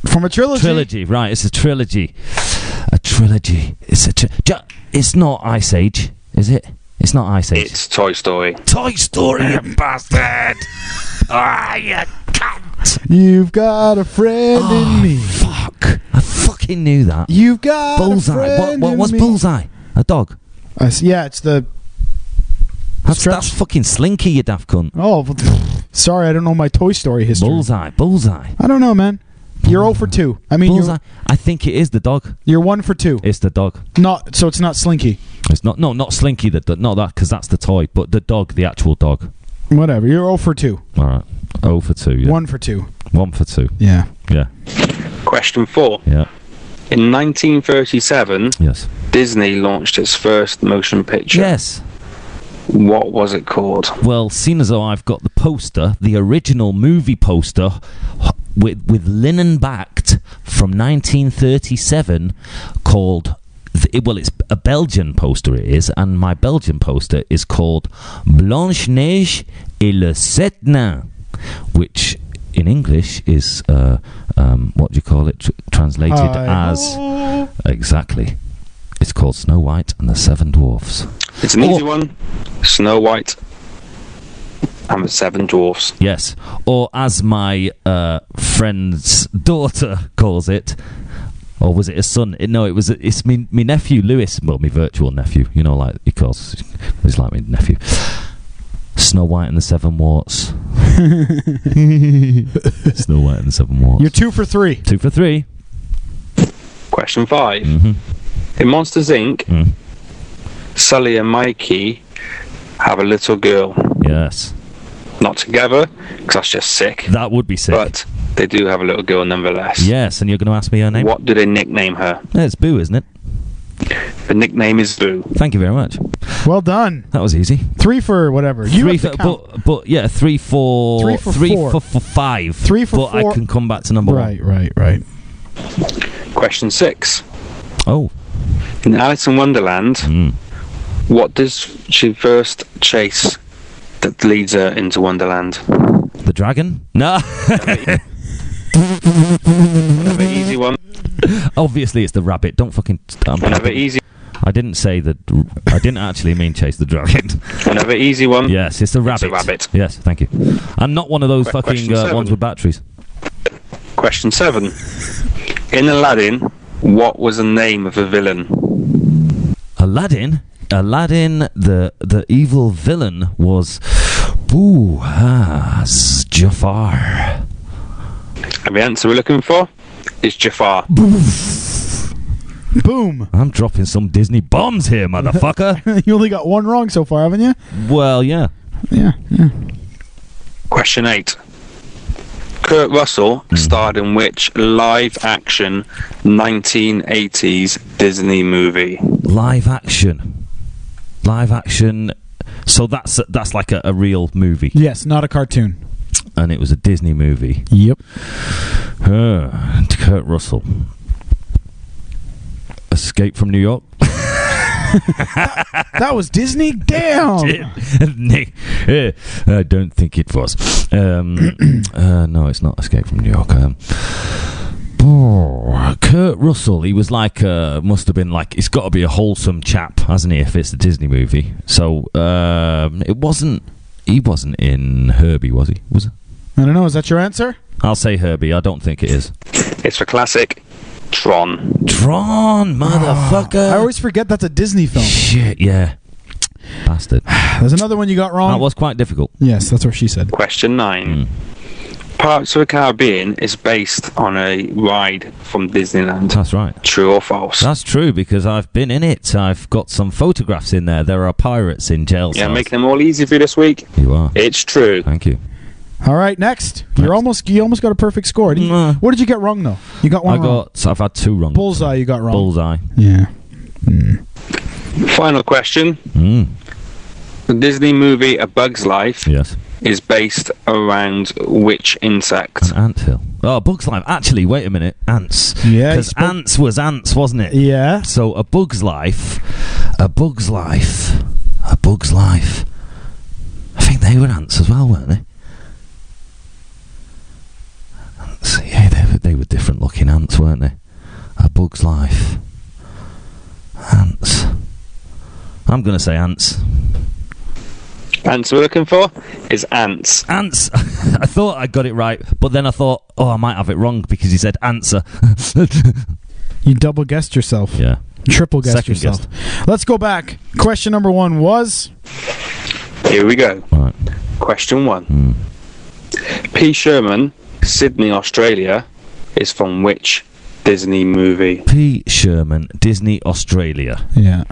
[SPEAKER 4] From a trilogy.
[SPEAKER 5] trilogy? Right. It's a trilogy. A trilogy. It's a. Tri- Ju- it's not Ice Age, is it? It's not Ice Age.
[SPEAKER 6] It's Toy Story.
[SPEAKER 5] Toy Story, you bastard. Ah, you cunt.
[SPEAKER 4] You've got a friend
[SPEAKER 5] Ah.
[SPEAKER 4] in me.
[SPEAKER 5] Fuck. I fucking knew that.
[SPEAKER 4] You've got a
[SPEAKER 5] Bullseye. What?
[SPEAKER 4] friend
[SPEAKER 5] What?
[SPEAKER 4] in
[SPEAKER 5] What's
[SPEAKER 4] me.
[SPEAKER 5] bullseye? A dog.
[SPEAKER 4] I s- yeah, it's the
[SPEAKER 5] That's,
[SPEAKER 4] Stretch.
[SPEAKER 5] that's fucking slinky, you daft cunt.
[SPEAKER 4] Oh, well, pff, sorry, I don't know my Toy Story history.
[SPEAKER 5] Bullseye, bullseye,
[SPEAKER 4] I don't know, man. You're 0 for 2. I mean,
[SPEAKER 5] bullseye.
[SPEAKER 4] you're,
[SPEAKER 5] I think it is the dog.
[SPEAKER 4] you're 1 for 2.
[SPEAKER 5] It's the dog.
[SPEAKER 4] Not so it's not Slinky.
[SPEAKER 5] It's not no, not Slinky. The, the not that because that's the toy, but the dog, the actual dog.
[SPEAKER 4] Whatever. You're 0 for 2.
[SPEAKER 5] All right, oh for two. Yeah.
[SPEAKER 4] 1 for 2.
[SPEAKER 5] One for two.
[SPEAKER 4] Yeah.
[SPEAKER 5] Yeah.
[SPEAKER 6] Question four.
[SPEAKER 5] Yeah.
[SPEAKER 6] In 1937,
[SPEAKER 5] Yes.
[SPEAKER 6] Disney launched its first motion picture.
[SPEAKER 5] Yes.
[SPEAKER 6] What was it called?
[SPEAKER 5] Well, seeing as though I've got the poster, the original movie poster h- with with linen backed from 1937 called th- it, well it's a Belgian poster it is and my Belgian poster is called Blanche Neige et le Sept Nains which in English is uh, um, what do you call it tr- translated
[SPEAKER 4] Hi.
[SPEAKER 5] as exactly it's called Snow White and the Seven Dwarfs
[SPEAKER 6] It's an easy
[SPEAKER 5] Oh.
[SPEAKER 6] one. Snow White and the Seven Dwarfs.
[SPEAKER 5] Yes, or as my uh, friend's daughter calls it, or was it a son? It- no, it was. It's me, me nephew Lewis, well, me virtual nephew. You know, like he calls, he's like my nephew. Snow White and the Seven Warts. Snow White and the Seven Warts.
[SPEAKER 4] You're two for three.
[SPEAKER 5] Two for 3
[SPEAKER 6] Question five.
[SPEAKER 5] Mm-hmm.
[SPEAKER 6] In Monsters Inc.,
[SPEAKER 5] Mm.
[SPEAKER 6] Sully and Mikey have a little girl.
[SPEAKER 5] Yes,
[SPEAKER 6] Not together, because that's just sick,
[SPEAKER 5] that would be sick.
[SPEAKER 6] But they do have a little girl nonetheless.
[SPEAKER 5] yes, and you're going to ask me her name.
[SPEAKER 6] What do they nickname her?
[SPEAKER 5] Yeah, it's Boo, isn't it?
[SPEAKER 6] The nickname is Boo.
[SPEAKER 5] Thank you very much.
[SPEAKER 4] Well done.
[SPEAKER 5] That was easy.
[SPEAKER 4] Three for whatever. You
[SPEAKER 5] three
[SPEAKER 4] have to
[SPEAKER 5] for,
[SPEAKER 4] count.
[SPEAKER 5] but, but yeah, three for
[SPEAKER 4] Three for four.
[SPEAKER 5] for, for five.
[SPEAKER 4] Three for
[SPEAKER 5] but
[SPEAKER 4] four.
[SPEAKER 5] I can come back to number
[SPEAKER 4] right, right, right.
[SPEAKER 6] Question six.
[SPEAKER 5] one. Oh,
[SPEAKER 6] In Alice in Wonderland,
[SPEAKER 5] Mm.
[SPEAKER 6] what does she first chase that leads her into Wonderland?
[SPEAKER 5] the dragon? No,
[SPEAKER 6] Another easy one.
[SPEAKER 5] obviously it's the rabbit. Don't fucking. I'm,
[SPEAKER 6] Another easy.
[SPEAKER 5] I didn't say the. I didn't actually mean chase the dragon.
[SPEAKER 6] Another easy one.
[SPEAKER 5] yes, it's the rabbit.
[SPEAKER 6] a rabbit.
[SPEAKER 5] Yes, thank you. I'm not one of those
[SPEAKER 6] Que-
[SPEAKER 5] fucking
[SPEAKER 6] question
[SPEAKER 5] uh,
[SPEAKER 6] seven.
[SPEAKER 5] ones with batteries.
[SPEAKER 6] Question seven. In Aladdin, what was the name of the villain?
[SPEAKER 5] Aladdin. Aladdin, the the evil villain was, ooh, ah, s- Jafar.
[SPEAKER 6] And the answer we're looking for is Jafar.
[SPEAKER 4] Boom.
[SPEAKER 5] I'm dropping some Disney bombs here, motherfucker.
[SPEAKER 4] you only got one wrong so far, haven't you?
[SPEAKER 5] well, yeah.
[SPEAKER 4] Yeah, yeah.
[SPEAKER 6] Question eight. Kurt Russell starred in which live action 1980s Disney movie?
[SPEAKER 5] live action live action so that's that's like a, a real movie
[SPEAKER 4] Yes, not a cartoon.
[SPEAKER 5] and it was a disney movie
[SPEAKER 4] Yep.
[SPEAKER 5] uh, kurt russell escape from new york
[SPEAKER 4] That was Disney? Damn.
[SPEAKER 5] Nick, eh, i don't think it was um, uh, no it's not escape from new york um, oh, Kurt Russell, he was like, uh, must have been like, it's got to be a wholesome chap, hasn't he? If it's a Disney movie, so um, it wasn't. He wasn't in Herbie, was he? Was
[SPEAKER 4] I don't know. Is that your answer?
[SPEAKER 5] I'll say Herbie. I don't think it is.
[SPEAKER 6] It's for classic Tron.
[SPEAKER 5] Tron, motherfucker.
[SPEAKER 4] I always forget that's a Disney film.
[SPEAKER 5] Shit, yeah. Bastard.
[SPEAKER 4] There's another one you got wrong.
[SPEAKER 5] That was quite difficult.
[SPEAKER 4] yes, that's what she said.
[SPEAKER 6] Question nine. Parts of the Caribbean is based on a ride from Disneyland.
[SPEAKER 5] That's right.
[SPEAKER 6] True or false?
[SPEAKER 5] That's true because I've been in it. I've got some photographs in there. There are pirates in jail
[SPEAKER 6] yeah,
[SPEAKER 5] cells.
[SPEAKER 6] making them all easy for you this week.
[SPEAKER 5] you are.
[SPEAKER 6] It's true.
[SPEAKER 5] Thank you.
[SPEAKER 4] All right, next. You're
[SPEAKER 5] Next.
[SPEAKER 4] almost you almost got a perfect score. Didn't you?
[SPEAKER 5] Nah.
[SPEAKER 4] What did you get wrong though? You got one
[SPEAKER 5] I
[SPEAKER 4] wrong.
[SPEAKER 5] got. I've had two wrong.
[SPEAKER 4] Bullseye you got wrong.
[SPEAKER 5] Bullseye.
[SPEAKER 4] Yeah.
[SPEAKER 6] Final question.
[SPEAKER 5] Mm.
[SPEAKER 6] The Disney movie A Bug's Life
[SPEAKER 5] Yes.
[SPEAKER 6] is based around which insect?
[SPEAKER 5] An ant hill. Oh, Bugs Life. Actually, wait a minute. Ants.
[SPEAKER 4] Yeah, you
[SPEAKER 5] Because
[SPEAKER 4] spoke-
[SPEAKER 5] ants was ants, wasn't it?
[SPEAKER 4] Yeah.
[SPEAKER 5] So a bug's life, a bug's life, a bug's life. I think they were ants as well, weren't they? Ants, yeah, they were, they were different looking ants, weren't they? A bug's life, ants. I'm gonna say ants.
[SPEAKER 6] Answer we're looking for is ants.
[SPEAKER 5] Ants. I thought I got it right, but then I thought, oh, I might have it wrong because he said answer.
[SPEAKER 4] You double guessed yourself.
[SPEAKER 5] yeah.
[SPEAKER 4] Triple guessed
[SPEAKER 5] Second
[SPEAKER 4] yourself. Let's go back. Question number one was
[SPEAKER 6] Here we go.
[SPEAKER 5] All right.
[SPEAKER 6] Question one. P. Sherman, Sydney, Australia, is from which Disney movie?
[SPEAKER 5] P. Sherman, Disney Australia,
[SPEAKER 4] Yeah.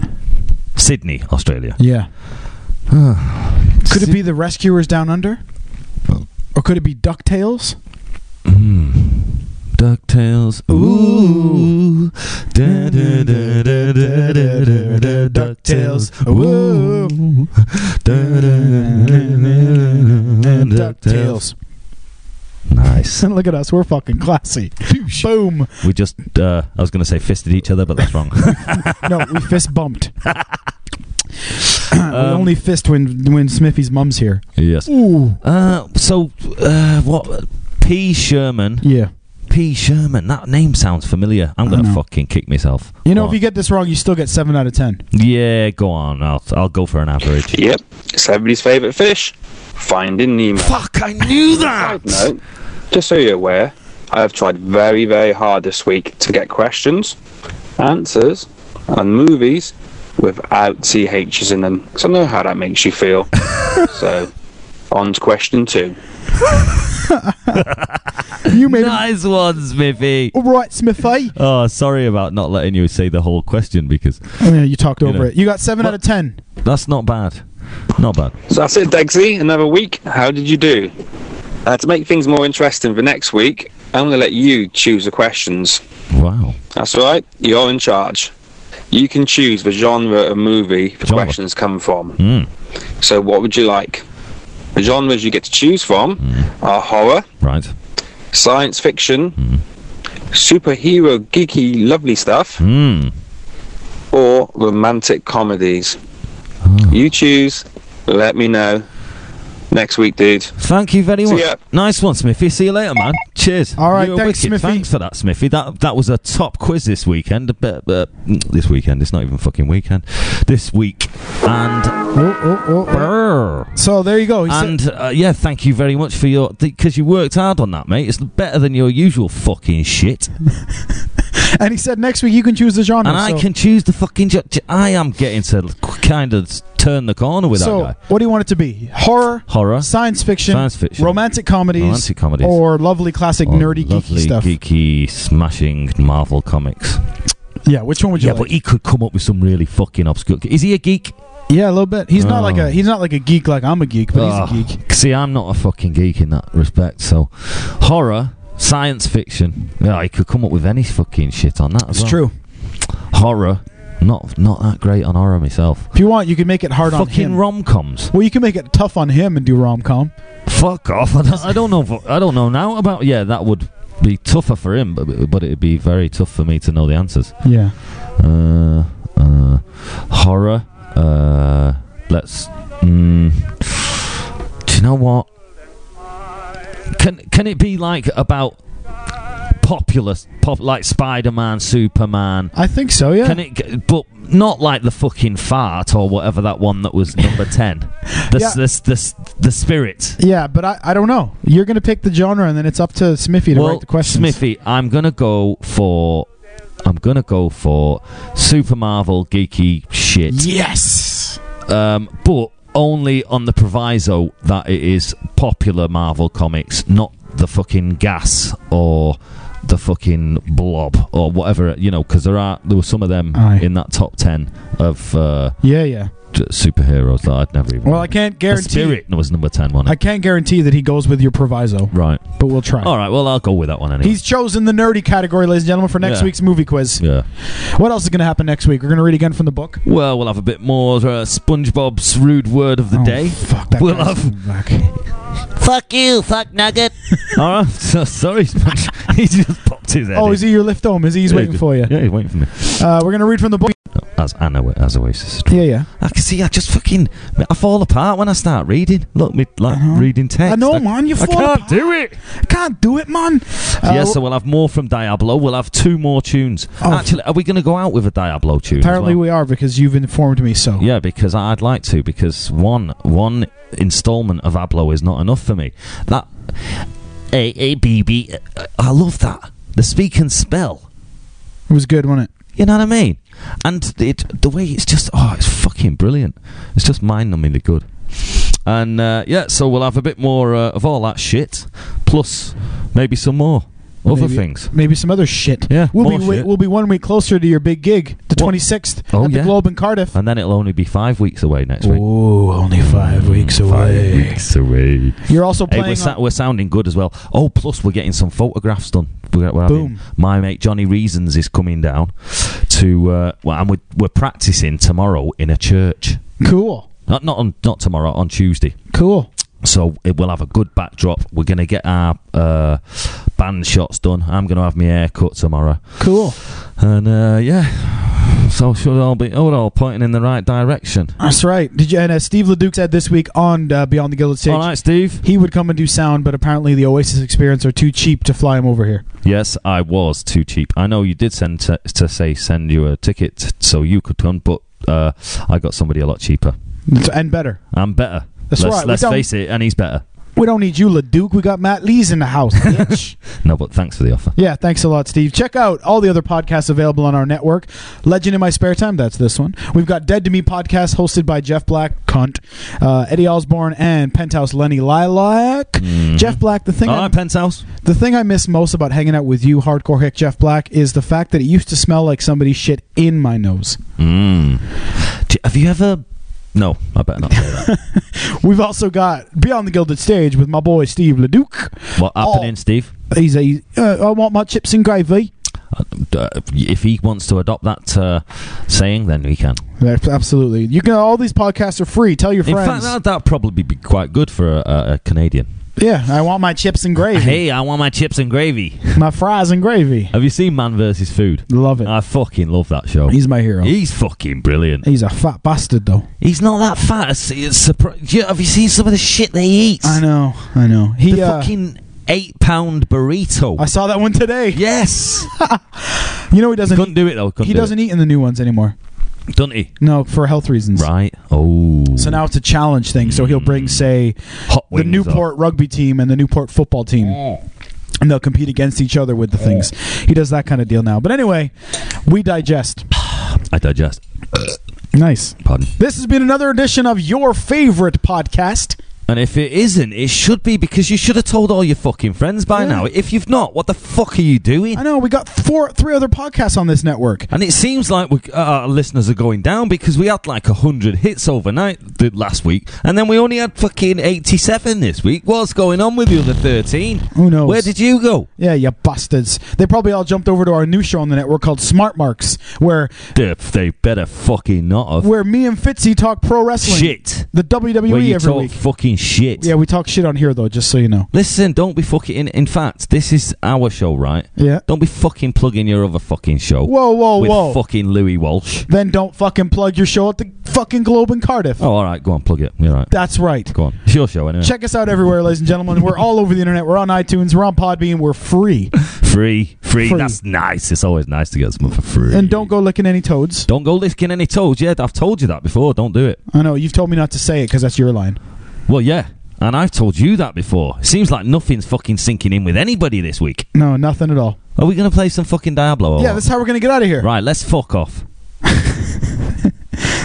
[SPEAKER 5] Sydney Australia.
[SPEAKER 4] Yeah. could it be the Rescuers Down Under? Or could it be DuckTales?
[SPEAKER 5] Mm-hmm. DuckTales. Ooh. Da, da, da, da, da, da, da, da, DuckTales. Ooh. Da, da, da, da, da, da,
[SPEAKER 4] DuckTales.
[SPEAKER 5] DuckTales. Nice.
[SPEAKER 4] Look at us, we're fucking classy. Boom.
[SPEAKER 5] We just, uh, I was going to say fisted each other, but that's wrong.
[SPEAKER 4] No, we fist bumped. we
[SPEAKER 5] Um,
[SPEAKER 4] only fist when when Smithy's mum's here.
[SPEAKER 5] yes.
[SPEAKER 4] Ooh.
[SPEAKER 5] Uh, so, uh, what? P. Sherman.
[SPEAKER 4] Yeah.
[SPEAKER 5] P. Sherman. That name sounds familiar. I'm going
[SPEAKER 4] I
[SPEAKER 5] to
[SPEAKER 4] know.
[SPEAKER 5] fucking kick myself.
[SPEAKER 4] You know,
[SPEAKER 5] Go
[SPEAKER 4] if you get this wrong, you still get seven out of ten.
[SPEAKER 5] on. Yeah, go on. I'll, I'll go for an average.
[SPEAKER 6] Yep, it's everybody's favourite fish. Finding Nemo.
[SPEAKER 5] Fuck, I knew that!
[SPEAKER 6] No, just so you're aware, I have tried very, very hard this week to get questions, answers, and movies without CHs in them. So I know how that makes you feel. so, on to question two.
[SPEAKER 4] You made it.
[SPEAKER 5] Nice one, Smithy.
[SPEAKER 4] All right, Smithy.
[SPEAKER 5] Oh, sorry about not letting you say the whole question because
[SPEAKER 4] Oh, yeah, you talked over
[SPEAKER 5] know.
[SPEAKER 4] it. You got seven
[SPEAKER 5] What?
[SPEAKER 4] out of ten.
[SPEAKER 5] that's not bad. Not bad.
[SPEAKER 6] So that's it, Degsy. Another week. How did you do? Uh, to make things more interesting for next week, I'm going to let you choose the questions.
[SPEAKER 5] Wow.
[SPEAKER 6] That's right, you're in charge. You can choose the genre of movie the
[SPEAKER 5] Genre.
[SPEAKER 6] questions come from.
[SPEAKER 5] Mm.
[SPEAKER 6] So, what would you like? The genres you get to choose from are horror,
[SPEAKER 5] Right.
[SPEAKER 6] science fiction, superhero geeky lovely stuff,
[SPEAKER 5] Mm.
[SPEAKER 6] or romantic comedies. You choose, let me know. Next week, dude.
[SPEAKER 5] Thank you very
[SPEAKER 6] See
[SPEAKER 5] much.
[SPEAKER 6] ya.
[SPEAKER 5] Nice one, Smithy. See you later, man. Cheers.
[SPEAKER 4] All right,
[SPEAKER 5] You were
[SPEAKER 4] thanks,
[SPEAKER 5] wicked.
[SPEAKER 4] Smithy.
[SPEAKER 5] Thanks for that, Smithy. That that was a top quiz this weekend. But, but this weekend, it's not even fucking weekend. This week, and
[SPEAKER 4] Oh, oh, oh, oh.
[SPEAKER 5] brr.
[SPEAKER 4] So there you go. He said-
[SPEAKER 5] and uh, yeah, thank you very much for your because you worked hard on that, mate. It's better than your usual fucking shit.
[SPEAKER 4] and he said next week you can choose the genre.
[SPEAKER 5] and I
[SPEAKER 4] so-
[SPEAKER 5] can choose the fucking. Ju- ju- I am getting to l- kind of s- turn the corner with
[SPEAKER 4] So
[SPEAKER 5] that guy.
[SPEAKER 4] what do you want it to be? Horror,
[SPEAKER 5] Horror,
[SPEAKER 4] science fiction,
[SPEAKER 5] Science fiction.
[SPEAKER 4] romantic comedies,
[SPEAKER 5] Romantic comedies.
[SPEAKER 4] or lovely classic
[SPEAKER 5] or
[SPEAKER 4] nerdy
[SPEAKER 5] lovely,
[SPEAKER 4] geeky stuff.
[SPEAKER 5] geeky, smashing Marvel comics.
[SPEAKER 4] Yeah, which one would you
[SPEAKER 5] Yeah,
[SPEAKER 4] like?
[SPEAKER 5] but he could come up with some really fucking obscure. Is he a geek?
[SPEAKER 4] yeah, a little bit. He's not
[SPEAKER 5] Oh. Ah.
[SPEAKER 4] like a he's not like a geek like I'm a geek, but he's a
[SPEAKER 5] Ugh.
[SPEAKER 4] geek.
[SPEAKER 5] See, I'm not a fucking geek in that respect. So, horror, science fiction. Yeah, he could come up with any fucking shit on that. as
[SPEAKER 4] It's
[SPEAKER 5] well.
[SPEAKER 4] true.
[SPEAKER 5] Horror, not not that great on horror myself.
[SPEAKER 4] If you want, you can make it hard on
[SPEAKER 5] fucking
[SPEAKER 4] him.
[SPEAKER 5] rom coms.
[SPEAKER 4] well, you can make it tough on him and do rom com.
[SPEAKER 5] Fuck off! I don't, I don't know. I don't know now about. Yeah, that would be tougher for him, but but it'd be very tough for me to know the answers.
[SPEAKER 4] Yeah.
[SPEAKER 5] Uh, uh, horror. Uh, let's. Mm, do you know what? Can can it be like about popular pop like Spider Man, Superman?
[SPEAKER 4] I think so, yeah.
[SPEAKER 5] Can it? g- But not like the fucking fart or whatever that one that was number ten. The
[SPEAKER 4] Yeah.
[SPEAKER 5] s the s the, s- the spirit.
[SPEAKER 4] yeah, but I, I don't know. You're going to pick the genre and then it's up to Smithy to
[SPEAKER 5] well,
[SPEAKER 4] write the questions.
[SPEAKER 5] Smithy, I'm gonna go for. I'm gonna go for Super Marvel geeky shit.
[SPEAKER 4] Yes.
[SPEAKER 5] um, but only on the proviso that it is popular Marvel comics, not the fucking gas or the fucking blob or whatever you know. Because there are there were some of them
[SPEAKER 4] Aye.
[SPEAKER 5] in that top ten of uh,
[SPEAKER 4] Yeah, yeah.
[SPEAKER 5] d- superheroes that I'd never even.
[SPEAKER 4] Well, I can't
[SPEAKER 5] The
[SPEAKER 4] guarantee
[SPEAKER 5] Spirit was number ten, wasn't
[SPEAKER 4] I
[SPEAKER 5] it?
[SPEAKER 4] can't guarantee that he goes with your proviso,
[SPEAKER 5] right.
[SPEAKER 4] but we'll try.
[SPEAKER 5] All right. Well, I'll go with that one anyway.
[SPEAKER 4] He's chosen the nerdy category, ladies and gentlemen, for next
[SPEAKER 5] Yeah.
[SPEAKER 4] week's movie quiz.
[SPEAKER 5] yeah.
[SPEAKER 4] What else is going to happen next week? We're going to read again from the book.
[SPEAKER 5] Well, we'll have a bit more uh, SpongeBob's rude word of the
[SPEAKER 4] Oh,
[SPEAKER 5] day.
[SPEAKER 4] Fuck that.
[SPEAKER 5] We'll
[SPEAKER 4] guy's
[SPEAKER 5] have-
[SPEAKER 4] coming back.
[SPEAKER 7] Fuck you, fuck nugget.
[SPEAKER 5] All right. So, sorry, Sponge. he just popped his head.
[SPEAKER 4] Oh,
[SPEAKER 5] in.
[SPEAKER 4] is he your lift home? Is he? He's
[SPEAKER 5] Yeah,
[SPEAKER 4] waiting
[SPEAKER 5] just-
[SPEAKER 4] for you.
[SPEAKER 5] Yeah, he's waiting for me.
[SPEAKER 4] Uh, we're going to read from the book.
[SPEAKER 5] As Anna, as Oasis.
[SPEAKER 4] Yeah, yeah.
[SPEAKER 5] I can see. I just fucking. I fall apart when I start reading. Look, me like
[SPEAKER 4] Uh-huh.
[SPEAKER 5] reading text.
[SPEAKER 4] I know, man. You
[SPEAKER 5] I
[SPEAKER 4] fall
[SPEAKER 5] can't
[SPEAKER 4] apart.
[SPEAKER 5] do it.
[SPEAKER 4] Can't do it, man. Uh,
[SPEAKER 5] yeah, so we'll have more from Diablo. We'll have two more tunes.
[SPEAKER 4] Oh.
[SPEAKER 5] Actually, are we going to go out with a Diablo tune? as
[SPEAKER 4] apparently
[SPEAKER 5] well?
[SPEAKER 4] we are because you've informed me so.
[SPEAKER 5] Yeah, because I'd like to. Because one one installment of Ablo is not enough for me. That eh, a a b b. I love that the speak and spell.
[SPEAKER 4] It was good, wasn't it?
[SPEAKER 5] You know what I mean? And it, the way it's just, oh, it's fucking brilliant. It's just mind numbingly good. And uh, yeah, so we'll have a bit more uh, of all that shit, plus maybe some more. Other
[SPEAKER 4] Maybe-
[SPEAKER 5] things.
[SPEAKER 4] Maybe some other shit.
[SPEAKER 5] Yeah,
[SPEAKER 4] We'll
[SPEAKER 5] more
[SPEAKER 4] be
[SPEAKER 5] shit.
[SPEAKER 4] we'll be one week closer to your big gig, the twenty sixth
[SPEAKER 5] Oh,
[SPEAKER 4] at the
[SPEAKER 5] yeah.
[SPEAKER 4] Globe in Cardiff.
[SPEAKER 5] And then it'll only be five weeks away next week.
[SPEAKER 4] Oh, only five weeks away.
[SPEAKER 5] away.
[SPEAKER 4] You're also
[SPEAKER 5] Hey,
[SPEAKER 4] playing.
[SPEAKER 5] we're, sa-
[SPEAKER 4] on-
[SPEAKER 5] we're sounding good as well. Oh, plus we're getting some photographs done. We're, we're having-
[SPEAKER 4] Boom.
[SPEAKER 5] My mate Johnny Reasons is coming down to. Uh, well, and we're, we're practicing tomorrow in a church.
[SPEAKER 4] cool,
[SPEAKER 5] Not not on not tomorrow on Tuesday.
[SPEAKER 4] cool.
[SPEAKER 5] So it will have a good backdrop. We're gonna get our uh, band shots done. I'm gonna have my hair cut tomorrow,
[SPEAKER 4] Cool.
[SPEAKER 5] and uh, yeah. So should all be oh, we're all pointing in the right direction.
[SPEAKER 4] That's right. Did you? And uh, Steve LeDuc said this week on uh, Beyond the Gilded Stage,
[SPEAKER 5] All right, Steve.
[SPEAKER 4] he would come and do sound, but apparently the Oasis Experience are too cheap to fly him over here.
[SPEAKER 5] Yes, I was too cheap. I know you did send to, to say send you a ticket so you could come, but uh, I got somebody a lot cheaper.
[SPEAKER 4] And better.
[SPEAKER 5] I'm better.
[SPEAKER 4] That's
[SPEAKER 5] let's
[SPEAKER 4] right, we
[SPEAKER 5] let's
[SPEAKER 4] don't-
[SPEAKER 5] face it, and he's better.
[SPEAKER 4] We don't need you, LeDuc. We got Matt Lees in the house. bitch.
[SPEAKER 5] No, but thanks for the offer.
[SPEAKER 4] yeah, thanks a lot, Steve. Check out all the other podcasts available on our network. Legend in My Spare Time, that's this one. We've got Dead to Me podcast hosted by Jeff Black, cunt, uh, Eddie Osborne, and Penthouse Lenny Lilac.
[SPEAKER 5] Mm-hmm.
[SPEAKER 4] Jeff Black, the thing
[SPEAKER 5] All
[SPEAKER 4] I-
[SPEAKER 5] right, penthouse.
[SPEAKER 4] The thing I miss most about hanging out with you, hardcore hick Jeff Black, is the fact that it used to smell like somebody's shit in my nose.
[SPEAKER 5] Mm. Do- Have you ever? No, I better not. Say that.
[SPEAKER 4] We've also got Beyond the Gilded Stage with my boy Steve LeDuc.
[SPEAKER 5] what
[SPEAKER 4] Oh.
[SPEAKER 5] happening, Steve?
[SPEAKER 4] He's a, uh, I want my chips and gravy.
[SPEAKER 5] Uh, if he wants to adopt that uh, saying, then he can.
[SPEAKER 4] That's Absolutely. You can, all these podcasts are free. Tell your
[SPEAKER 5] In
[SPEAKER 4] friends.
[SPEAKER 5] fact, that that'd probably be quite good for a, a, a Canadian.
[SPEAKER 4] yeah, I want my chips and gravy.
[SPEAKER 5] Hey, I want my chips and gravy.
[SPEAKER 4] My fries and gravy.
[SPEAKER 5] Have you seen Man versus Food?
[SPEAKER 4] Love it.
[SPEAKER 5] I fucking love that show.
[SPEAKER 4] He's my hero.
[SPEAKER 5] He's fucking brilliant.
[SPEAKER 4] He's a fat bastard, though.
[SPEAKER 5] He's not that fat. It's, it's surpri- Yeah, have you seen some of the shit they eat?
[SPEAKER 4] I know. I know.
[SPEAKER 5] The
[SPEAKER 4] He. Uh,
[SPEAKER 5] fucking eight pound burrito.
[SPEAKER 4] I saw that one today.
[SPEAKER 5] yes.
[SPEAKER 4] You know he doesn't.
[SPEAKER 5] Couldn't do it though. Couldn't
[SPEAKER 4] he
[SPEAKER 5] do
[SPEAKER 4] doesn't eat in the new ones anymore.
[SPEAKER 5] It. Doesn't he?
[SPEAKER 4] No, for health reasons.
[SPEAKER 5] Right. Oh.
[SPEAKER 4] So now it's a challenge thing. So he'll bring, say,
[SPEAKER 5] Hot
[SPEAKER 4] the
[SPEAKER 5] wings
[SPEAKER 4] Newport rugby team and the Newport football team. And they'll compete against each other with the things. He does that kind of deal now. But anyway, we digest.
[SPEAKER 5] are- I digest.
[SPEAKER 4] Nice.
[SPEAKER 5] Pardon.
[SPEAKER 4] This has been another edition of your favorite podcast.
[SPEAKER 5] And if it isn't, it should be because you should have told all your fucking friends by
[SPEAKER 4] Yeah.
[SPEAKER 5] now. If you've not, what the fuck are you doing?
[SPEAKER 4] I know we got four, three other podcasts on this network.
[SPEAKER 5] And it seems like we, uh, our listeners are going down because we had like 100 hits overnight th- last week, and then we only had fucking 87 this week. What's going on with the other 13?
[SPEAKER 4] Who knows?
[SPEAKER 5] Where did you go?
[SPEAKER 4] Yeah, you bastards. They probably all jumped over to our new show on the network called Smart Marks, where
[SPEAKER 5] They, they better fucking not have.
[SPEAKER 4] where me and Fitzy talk pro wrestling.
[SPEAKER 5] Shit.
[SPEAKER 4] The WWE
[SPEAKER 5] Where you
[SPEAKER 4] every
[SPEAKER 5] talk
[SPEAKER 4] week.
[SPEAKER 5] fucking shit.
[SPEAKER 4] yeah, we talk shit on here though, just so you know.
[SPEAKER 5] Listen, don't be fucking. In, in fact, this is our show, right?
[SPEAKER 4] Yeah.
[SPEAKER 5] Don't be fucking plugging your other fucking show.
[SPEAKER 4] Whoa, whoa,
[SPEAKER 5] with
[SPEAKER 4] whoa.
[SPEAKER 5] fucking Louis Walsh.
[SPEAKER 4] then don't fucking plug your show at the fucking Globe in Cardiff.
[SPEAKER 5] Oh, all right, go on, plug it. You're right.
[SPEAKER 4] That's right.
[SPEAKER 5] Go on. It's your show anyway.
[SPEAKER 4] Check us out everywhere, ladies and gentlemen. We're all over the internet. We're on iTunes. We're on Podbean. We're free.
[SPEAKER 5] Free, free,
[SPEAKER 4] Free.
[SPEAKER 5] That's nice. It's always nice to get something for free.
[SPEAKER 4] And don't go licking any toads.
[SPEAKER 5] Don't go licking any toes. Yeah, I've told you that before. Don't do it.
[SPEAKER 4] I know you've told me not to say it because that's your line.
[SPEAKER 5] Well, yeah. And I've told you that before. Seems like nothing's fucking sinking in with anybody this week.
[SPEAKER 4] No, nothing at all.
[SPEAKER 5] Are we going to play some fucking Diablo? Or
[SPEAKER 4] Yeah,
[SPEAKER 5] what?
[SPEAKER 4] that's how we're gonna get out of here.
[SPEAKER 5] right, let's fuck off.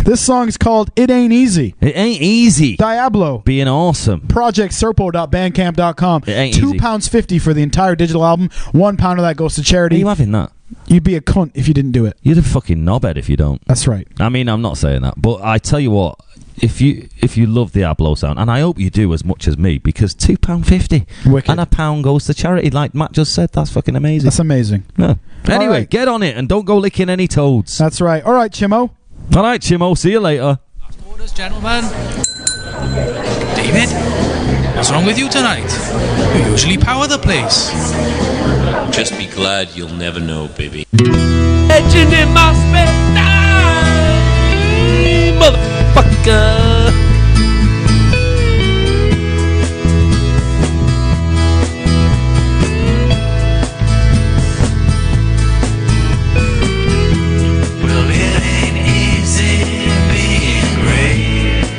[SPEAKER 4] This song is called "It Ain't Easy."
[SPEAKER 5] It ain't easy
[SPEAKER 4] Diablo.
[SPEAKER 5] being awesome.
[SPEAKER 4] ProjectSerpo.bandcamp.com.
[SPEAKER 5] It ain't
[SPEAKER 4] Two
[SPEAKER 5] easy.
[SPEAKER 4] pounds fifty for the entire digital album. One pound of that goes to
[SPEAKER 5] Are
[SPEAKER 4] charity.
[SPEAKER 5] you having that?
[SPEAKER 4] You'd be a cunt if you didn't do it.
[SPEAKER 5] You're the fucking knobhead if you don't.
[SPEAKER 4] That's right.
[SPEAKER 5] I mean, I'm not saying that, but I tell you what, if you if you love Diablo sound, and I hope you do as much as me, because two pound fifty
[SPEAKER 4] Wicked.
[SPEAKER 5] and a pound goes to charity, like Matt just said, that's fucking amazing.
[SPEAKER 4] That's amazing.
[SPEAKER 5] Yeah. Anyway,
[SPEAKER 4] right.
[SPEAKER 5] get on it and don't go licking any toads.
[SPEAKER 4] That's right. All right, Chimo.
[SPEAKER 5] All right, Chimo, see you later.
[SPEAKER 2] Orders, gentlemen. David, what's wrong with you tonight? You usually power the place.
[SPEAKER 9] Just be glad you'll never know, baby.
[SPEAKER 2] Legend in my spare time, motherfucker.
[SPEAKER 10] Well, it ain't easy being great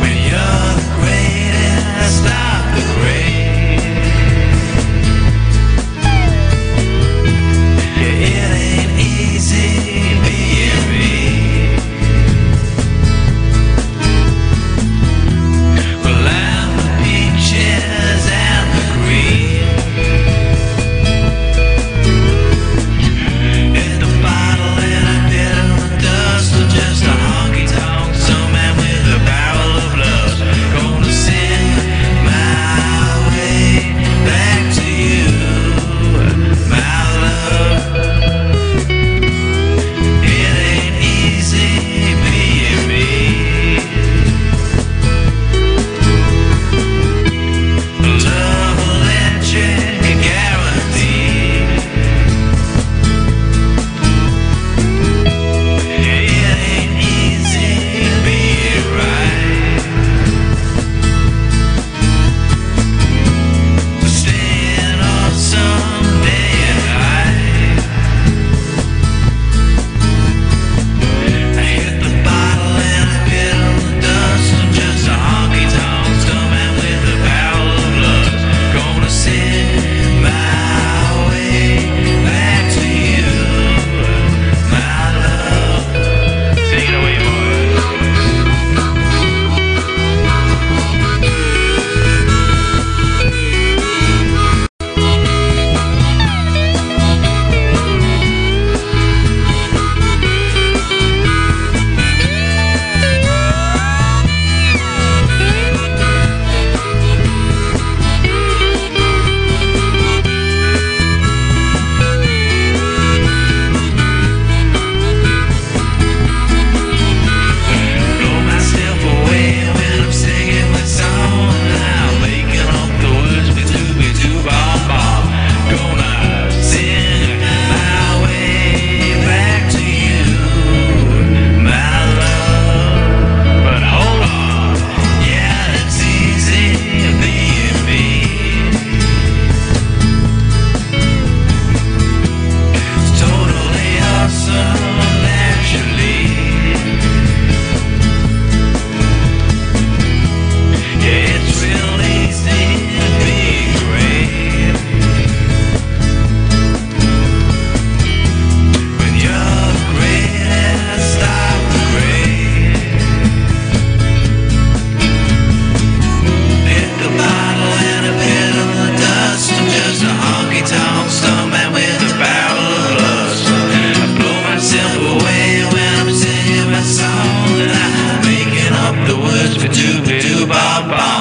[SPEAKER 10] when you're the great and I stop the great.
[SPEAKER 6] Bum, bum.